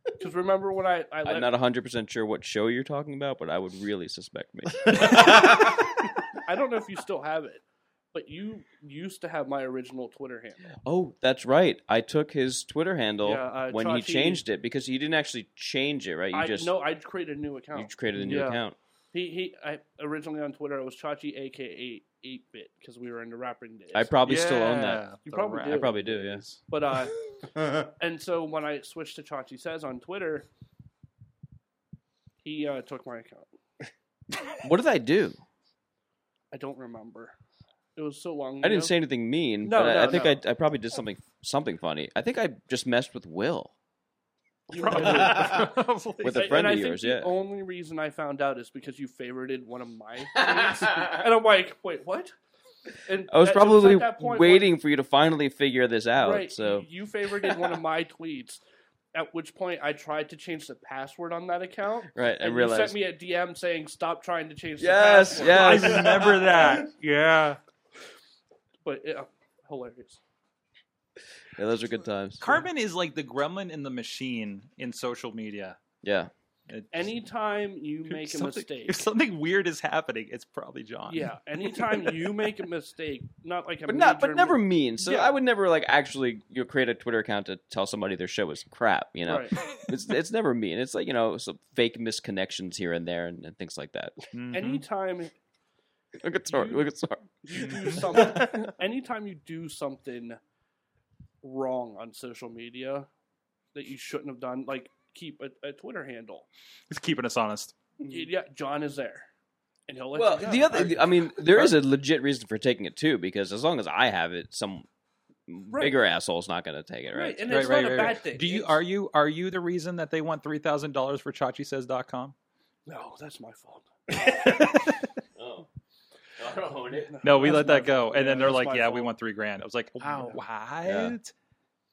S2: Because remember when I I
S4: I'm not
S2: let,
S4: 100% sure what show you're talking about, but I would really suspect me.
S2: I don't know if you still have it, but you used to have my original Twitter handle.
S4: oh, that's right. I took his Twitter handle
S2: Yeah, uh,
S4: when he
S2: Chachi-
S4: changed it because he didn't actually change it, right? You
S2: I
S4: just
S2: no, I created a new
S4: you
S2: account.
S4: created a new
S2: Yeah.
S4: account.
S2: He he. I originally on Twitter I was Chachi aka Eight Bit because we were in the rapping days.
S4: I probably still own that.
S1: Yeah,
S2: You
S1: the
S2: probably
S1: rap.
S2: do.
S4: I probably do, yeah.
S2: but uh,
S5: That's
S2: and so when I switched to Chachi says on Twitter, he uh, took my account.
S4: What did I do?
S2: I don't remember. It was so long.
S4: I didn't
S2: ago.
S4: say anything mean,
S2: No,
S4: but I, I
S2: no,
S4: think
S2: no.
S4: I, I probably did something something funny. I think I just messed with Will.
S2: You might-
S1: Probably.
S4: With a
S2: And-
S4: friend
S2: and
S4: of
S2: I
S4: yours,
S2: think
S4: yeah.
S2: The only reason I found out is because you favorited one of my tweets, and I'm like, wait, what? And
S4: I was
S2: that- it
S4: probably
S2: at that point
S4: waiting for you to finally figure this
S2: when-
S4: out.
S2: right,
S4: So
S2: you favorited one of my tweets, at which point I tried to change the password on that account,
S4: right, I
S2: and you
S4: realized.
S2: sent me a DM saying, "Stop trying to change."
S4: Yes,
S2: the password.
S1: I
S4: yes.
S1: remember that. Yeah.
S2: But yeah, hilarious.
S4: yeah, those are good times.
S1: Carmen is like the gremlin in the machine in social media.
S4: Yeah,
S1: It-
S2: Anytime you make a
S1: something-
S2: mistake,
S1: If something weird is happening, it's probably John.
S2: yeah. Anytime you make a mistake, not like a
S4: but not,
S2: major
S4: but never
S2: mi-
S4: mean. So
S2: Yeah.
S4: I would never like actually you know, create a Twitter account to tell somebody their show is crap. You know, Mm-hmm.
S2: Right.
S4: it's it's never mean. It's like you know some fake misconnections here and there and, and things like that.
S1: Mhm.
S2: Anytime
S4: Look at Sor. Look at Sor.
S2: you do something anytime you do something wrong on social media that you shouldn't have done like keep a, a twitter handle
S1: He's keeping us honest.
S2: yeah john is there and he'll let
S4: Mm-hmm. Well,
S2: you go.
S4: the other, I mean, there is a legit reason for taking it too, because as long as I have it, some bigger asshole's not going to take it,
S2: right,
S4: right?
S2: and it's not a bad thing
S1: Do you
S2: It's-
S1: are you are you the reason that they want three thousand dollars for ChachiSays.com?
S2: no that's my fault
S4: Oh, I don't own it.
S1: No, we
S2: that's
S1: let
S2: my
S1: that go,
S2: fault.
S1: and then
S2: Yeah,
S1: they're
S2: that's
S1: like,
S2: my
S1: "Yeah, we
S2: fault.
S1: want three grand." I was like,
S2: Wow.
S1: "What?"
S4: Yeah.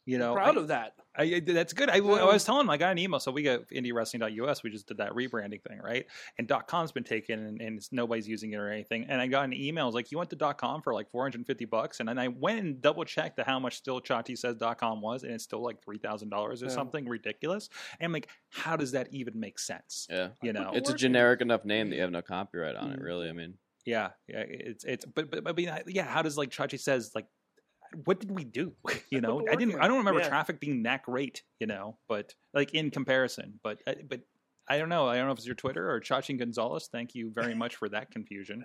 S1: You know,
S2: I'm proud
S1: I-
S2: of that
S1: I, I- that's good. I, I was telling him I got an email. So we got indiewrestling.us. We just did that rebranding thing, right? And .com's been taken, and, and it's- nobody's using it or anything. And I got an email. I was like, "You went to .com for like 450 bucks," and then I went and double checked how much still Chachi says .com was, and it's still like three thousand dollars or
S2: Yeah.
S1: something ridiculous. And I'm like, "How does that even make sense?"
S4: Yeah,
S1: You know,
S4: it's a generic enough name that you have no copyright on it. Really, I mean,
S1: yeah, yeah, it's it's but but, but I mean, I- yeah, how does like Chachi says like what did we do? You know,
S6: the
S1: I
S6: work
S1: didn't.
S6: in.
S1: I don't remember
S6: Yeah.
S1: traffic being that great. You know, but like in comparison, but uh, but I don't know. I don't know if it's your Twitter or Chachi Gonzalez. Thank you very much for that confusion.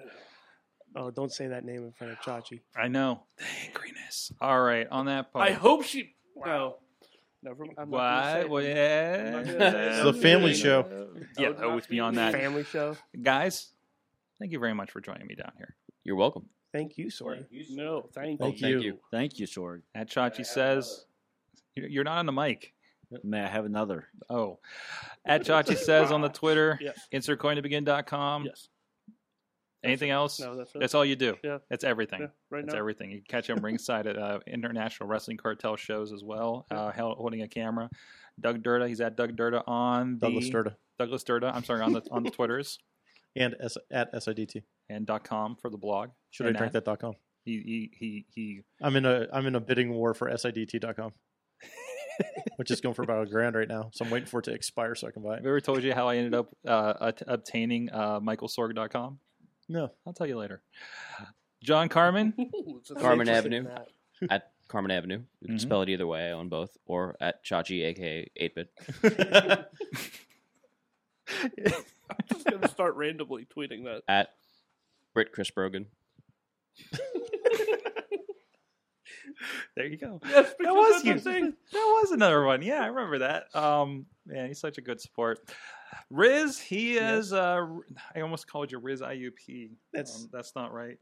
S6: Oh, don't say that name in front of Chachi.
S1: I know the angriness. All right, on that part.
S2: i hope she no never mind. I'm not gonna say
S1: What?
S2: it.
S1: Well,
S2: I'm not
S1: yeah.
S2: gonna say it.
S5: the family show.
S1: Yeah,
S2: That would
S1: oh,
S2: not
S1: it's
S2: be
S1: beyond
S2: me.
S1: that.
S6: Family show.
S1: Guys, thank you very much for joining me down here.
S4: you're welcome.
S6: Thank you, Sorry.
S2: no thank,
S5: Thank
S2: you,
S5: you.
S3: Thank you, Sorg.
S1: At Chachi says, "You're you're not on the mic."
S3: May I have another?
S1: Oh, at Chachi says on the Twitter,
S2: Yes.
S1: insertcointobegin.com.
S2: yes
S1: Anything else?
S2: no that's it
S1: That's all you do.
S2: Yeah.
S1: That's everything.
S2: Yeah, right
S1: That's
S2: now
S1: everything. You can catch him ringside at uh, International Wrestling Cartel shows as well, uh, held, holding a camera. Doug Durda, he's at Doug Durda on the
S5: Douglas Sturda.
S1: Douglas Durda. I'm sorry, on the on the Twitters
S5: And S- at SIDT.
S1: and .com for the blog.
S5: Should I
S1: And
S5: drink
S1: at-
S5: that.com?
S1: He he he.
S5: I'm in a I'm in a bidding war for SIDT.com. Which is going for about a grand right now. So I'm waiting for it to expire so I can buy
S1: he I've
S5: it.
S1: ever told you how I ended up uh, at- obtaining uh, MichaelSorg.com.
S5: No.
S1: I'll tell you later. John Carmen
S2: Ooh, it's a-
S4: Carmen
S6: interested in
S4: Avenue
S6: that.
S4: at Carmen Avenue. You can
S1: Mhm.
S4: spell it either way. I own both. Or at Chachi, aka 8-Bit.
S2: I'm just gonna start randomly tweeting that.
S4: At Britt Chris Brogan.
S1: There you go.
S2: Yes,
S1: That
S2: because
S1: was
S2: that's the
S1: you.
S2: thing.
S1: That was another one. Yeah, I remember that. Um, man, he's such a good support. Riz, he is. Uh, I almost called you Riz IUP.
S6: That's-
S1: um, that's not right.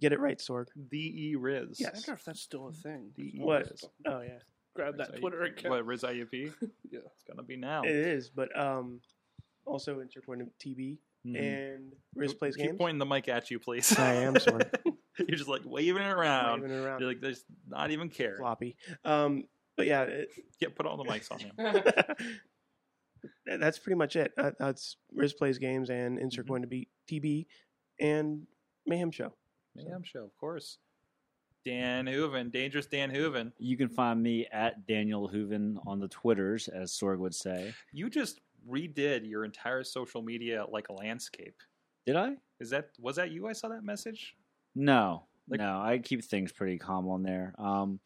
S6: Get it right, Sorg.
S1: D E Riz.
S2: I wonder if that's still a thing.
S1: D.E.
S6: What?
S1: Riz.
S6: Oh yeah,
S2: Grab
S1: Riz
S2: that Twitter
S1: IUP.
S2: account.
S1: What Riz IUP?
S2: Yeah.
S1: it's gonna be now.
S6: it is. But um, also insert one of TB
S3: Mm-hmm.
S6: and Riz plays
S1: Mm-hmm. Keep
S6: games.
S1: pointing the mic at you, please.
S6: I am Sorg.
S1: You're just like waving it
S6: Not
S1: around.
S6: even around.
S1: You're like, there's not even care.
S6: floppy. Um, but yeah, it,
S1: Yeah, put all the mics on him.
S6: That- that's pretty much it. Uh, that's Riz plays games and insert
S1: Mhm.
S6: going to be TB and Mayhem Show.
S1: Mayhem show, of course. Dan Hooven, dangerous Dan Hooven.
S3: You can find me at Daniel Hooven on the Twitters, as Sorg would say.
S1: You just redid your entire social media like a landscape.
S3: Did I?
S1: Is that was that you? I saw that message.
S3: No,
S1: Like-
S3: no. I keep things pretty calm on there. Um,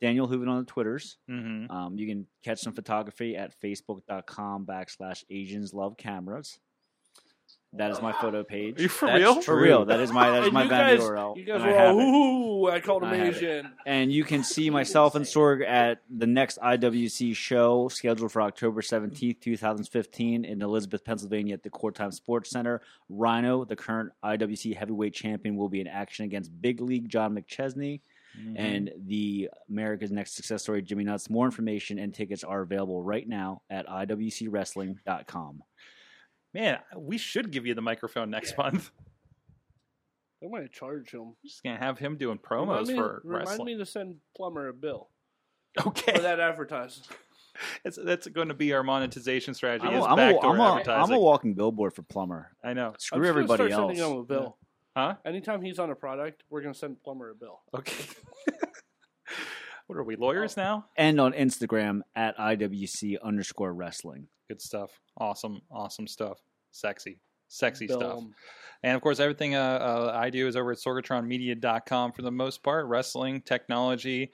S3: Daniel Hooven on the Twitters.
S1: Mm-hmm.
S3: Um, you can catch some photography at facebook.com backslash Asians Love Cameras. That is my photo
S1: Are
S3: page.
S1: you for
S4: That's
S1: real?
S4: true.
S3: For real, that is my that is
S2: And
S3: my
S2: you
S3: Vine
S2: guys-
S3: URL.
S2: You guys
S3: and
S2: were
S3: I have
S2: all, ooh,
S3: it.
S2: I called him
S3: I have it.
S2: Asian.
S3: And you can see myself and Sorg at the next IWC show scheduled for October 17th, 2015 in Elizabeth, Pennsylvania at the Court Time Sports Center. Rhino, the current IWC heavyweight champion, will be in action against Big League John McChesney
S1: Mm-hmm.
S2: Mm-hmm.
S3: and the America's Next Success Story, Jimmy Nuts. More information and tickets are available right now at IWCWrestling.com.
S1: man, we should give you the microphone next month.
S2: I'm gonna charge him.
S1: We're just gonna have him doing promos
S2: remind me,
S1: for
S2: remind
S1: wrestling.
S2: me to send Plumber a bill for
S1: okay,
S2: that advertising.
S1: that's, that's going to be our monetization strategy.
S3: I'm
S1: is
S3: a- I'm a-
S1: backdoor
S3: I'm a- I'm
S1: advertising.
S3: a walking billboard for Plumber.
S1: I know.
S2: I'm
S3: Screw
S2: just gonna
S3: everybody
S2: start
S3: else.
S2: Sending him a bill.
S1: Huh?
S2: Anytime he's on a product, we're gonna send Plumber a bill.
S1: Okay. what are we lawyers now?
S3: and on Instagram at IWC underscore wrestling.
S1: Good stuff. Awesome. Awesome stuff. Sexy. Sexy
S2: Bill um,
S1: stuff.
S2: him.
S1: And of course, everything uh, uh, I do is over at sorgatronmedia.com for the most part. Wrestling, technology,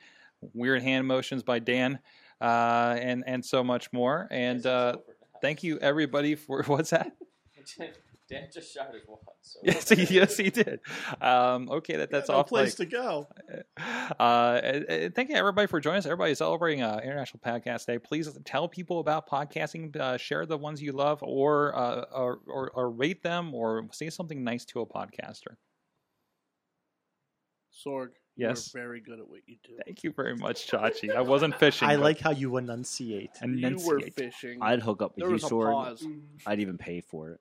S1: weird hand motions by Dan, uh, and and so much more. And uh, thank you everybody for what's that?
S4: Dan just shot his watch. So
S1: yes, he, yes, he did. Um, okay, that that's
S5: no
S1: off.
S5: place
S1: mic.
S5: to go.
S1: Uh, uh, thank you everybody for joining us. Everybody celebrating uh, International Podcast Day. Please tell people about podcasting. Uh, share the ones you love, or, uh, or or or rate them, or say something nice to a podcaster.
S2: Sorg,
S1: Yes.
S2: you're very good at what you do.
S1: Thank you very much, Chachi. I wasn't fishing.
S5: I
S1: but
S5: like how you enunciate.
S2: You were
S1: enunciate.
S2: fishing.
S3: I'd hook up with
S2: there
S3: you,
S2: was a
S3: Sword.
S2: pause.
S3: I'd even pay for it.